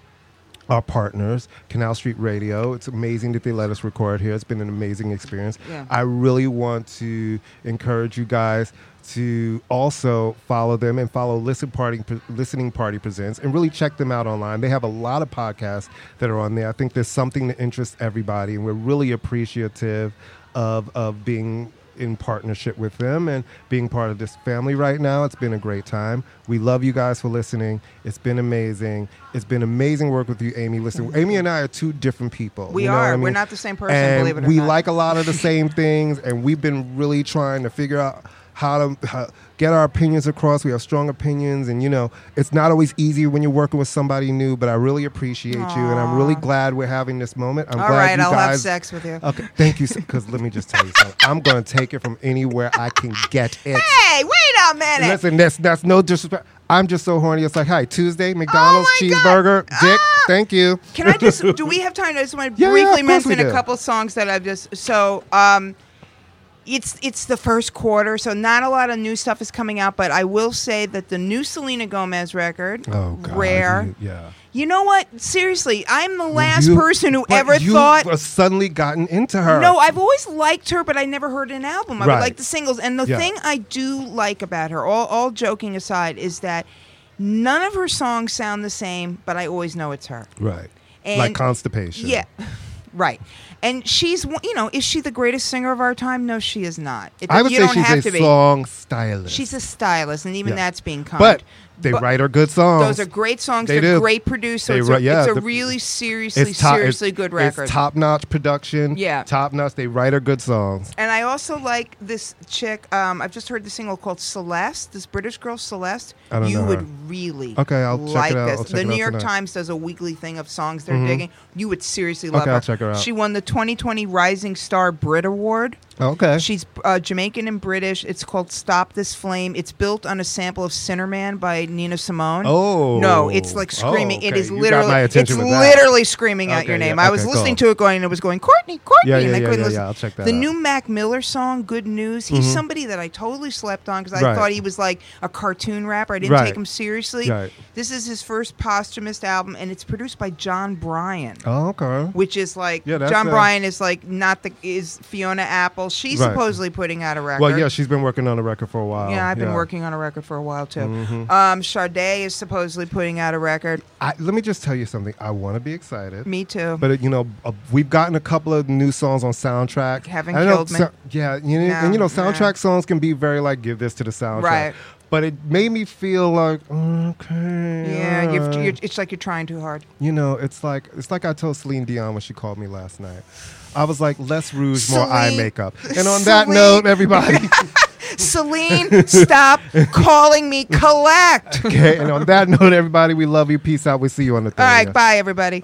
our partners, Canal Street Radio. It's amazing that they let us record here. It's been an amazing experience. Yeah. I really want to encourage you guys to also follow them and follow Listen Party Listening Party Presents and really check them out online. They have a lot of podcasts that are on there. I think there's something that interests everybody and we're really appreciative of of being in partnership with them and being part of this family right now. It's been a great time. We love you guys for listening. It's been amazing. It's been amazing work with you, Amy. Listen, Amy and I are two different people. We you know are. what I We're mean? not the same person, And believe it or we not. like a lot of the same things, and we've been really trying to figure out how to how, get our opinions across. We have strong opinions, and you know, it's not always easy when you're working with somebody new. But I really appreciate you, and I'm really glad we're having this moment. I'm All glad right, you I'll have guys sex with you. Okay, thank you. Because let me just tell you something. I'm going to take it from anywhere I can get it. Hey, wait a minute. And Listen, that's that's no disrespect. I'm just so horny. It's like, hi, Tuesday, McDonald's Oh my God. cheeseburger, dick. Ah! Thank you. Can I just? Do we have time? I just want to Yeah, yeah, briefly of course we mention a do. couple songs that I've just. So, um, it's it's the first quarter, so not a lot of new stuff is coming out. But I will say that the new Selena Gomez record, Oh God. rare. you- yeah. You know what? Seriously, I'm the Well, last you- person who but ever you thought. were suddenly gotten into her. No, I've always liked her, but I never heard an album. I would Right. like the singles. And the Yeah. thing I do like about her, all, all joking aside, is that none of her songs sound the same, but I always know it's her. right. And- like constipation. Yeah. Right. And she's, one- you know, is she the greatest singer of our time? No, she is not. It, I would you say don't have she's to a be. song stylist. She's a stylist, and even Yeah. that's being kind. but they But write her good songs. Those are great songs. They They are do. great producers. They it's, write- a, yeah, it's a the- really seriously, seriously good record. It's top notch production. Yeah. Top notch. They write her good songs. And I also like this chick. Um, I've just heard the single called Celeste. This British girl Celeste. I don't you know would her. really Okay, I'll check it like out. this. I'll check the it New out York tonight. Mm-hmm. Times does a weekly thing of songs they're digging. You would seriously love Okay, her. I'll check her out. She won the 2020 Rising Star Brit Award. Okay. She's uh, Jamaican and British. It's called "Stop This Flame." It's built on a sample of "Sinner Man" by Nina Simone. Oh. no, it's like screaming. Oh, It okay. is You got literally, my it's attention with that. literally screaming out Okay, your yeah, name. I was okay, listening cool. to it going, and it was going Courtney, Courtney, Yeah, yeah, and I yeah, couldn't yeah, listen. yeah, I'll check that the out. Mm-hmm. new Mac Miller song, "Good News." He's somebody that I totally slept on because I Right. thought he was like a cartoon rapper. I didn't Right. take him seriously. Right. This is his first posthumous album, and it's produced by John Bryan Oh, okay. which is like Yeah, that's John a- Bryan is like not the is Fiona Apple. She's Right. supposedly putting out a record. Well, yeah, she's been working on a record for a while. yeah, I've been working on a record for a while too. Mm-hmm. Um, Sade is supposedly putting out a record. I, let me just tell you something. I want to be excited. Me too. But uh, you know, uh, we've gotten a couple of new songs on soundtrack. Haven't I know killed me. yeah, you know, and No, you know, no. soundtrack songs can be very like give this to the soundtrack. Right. But it made me feel like okay. yeah, you've, alright. you're, it's like you're trying too hard. You know, it's like it's like I told Celine Dion when she called me last night. I was like, less rouge, more eye Celine- makeup. And on that Celine- note, everybody. Celine, stop calling me. Collect. okay. And on that note, everybody, we love you. Peace out. We'll see you on the. All right, 30th. bye everybody.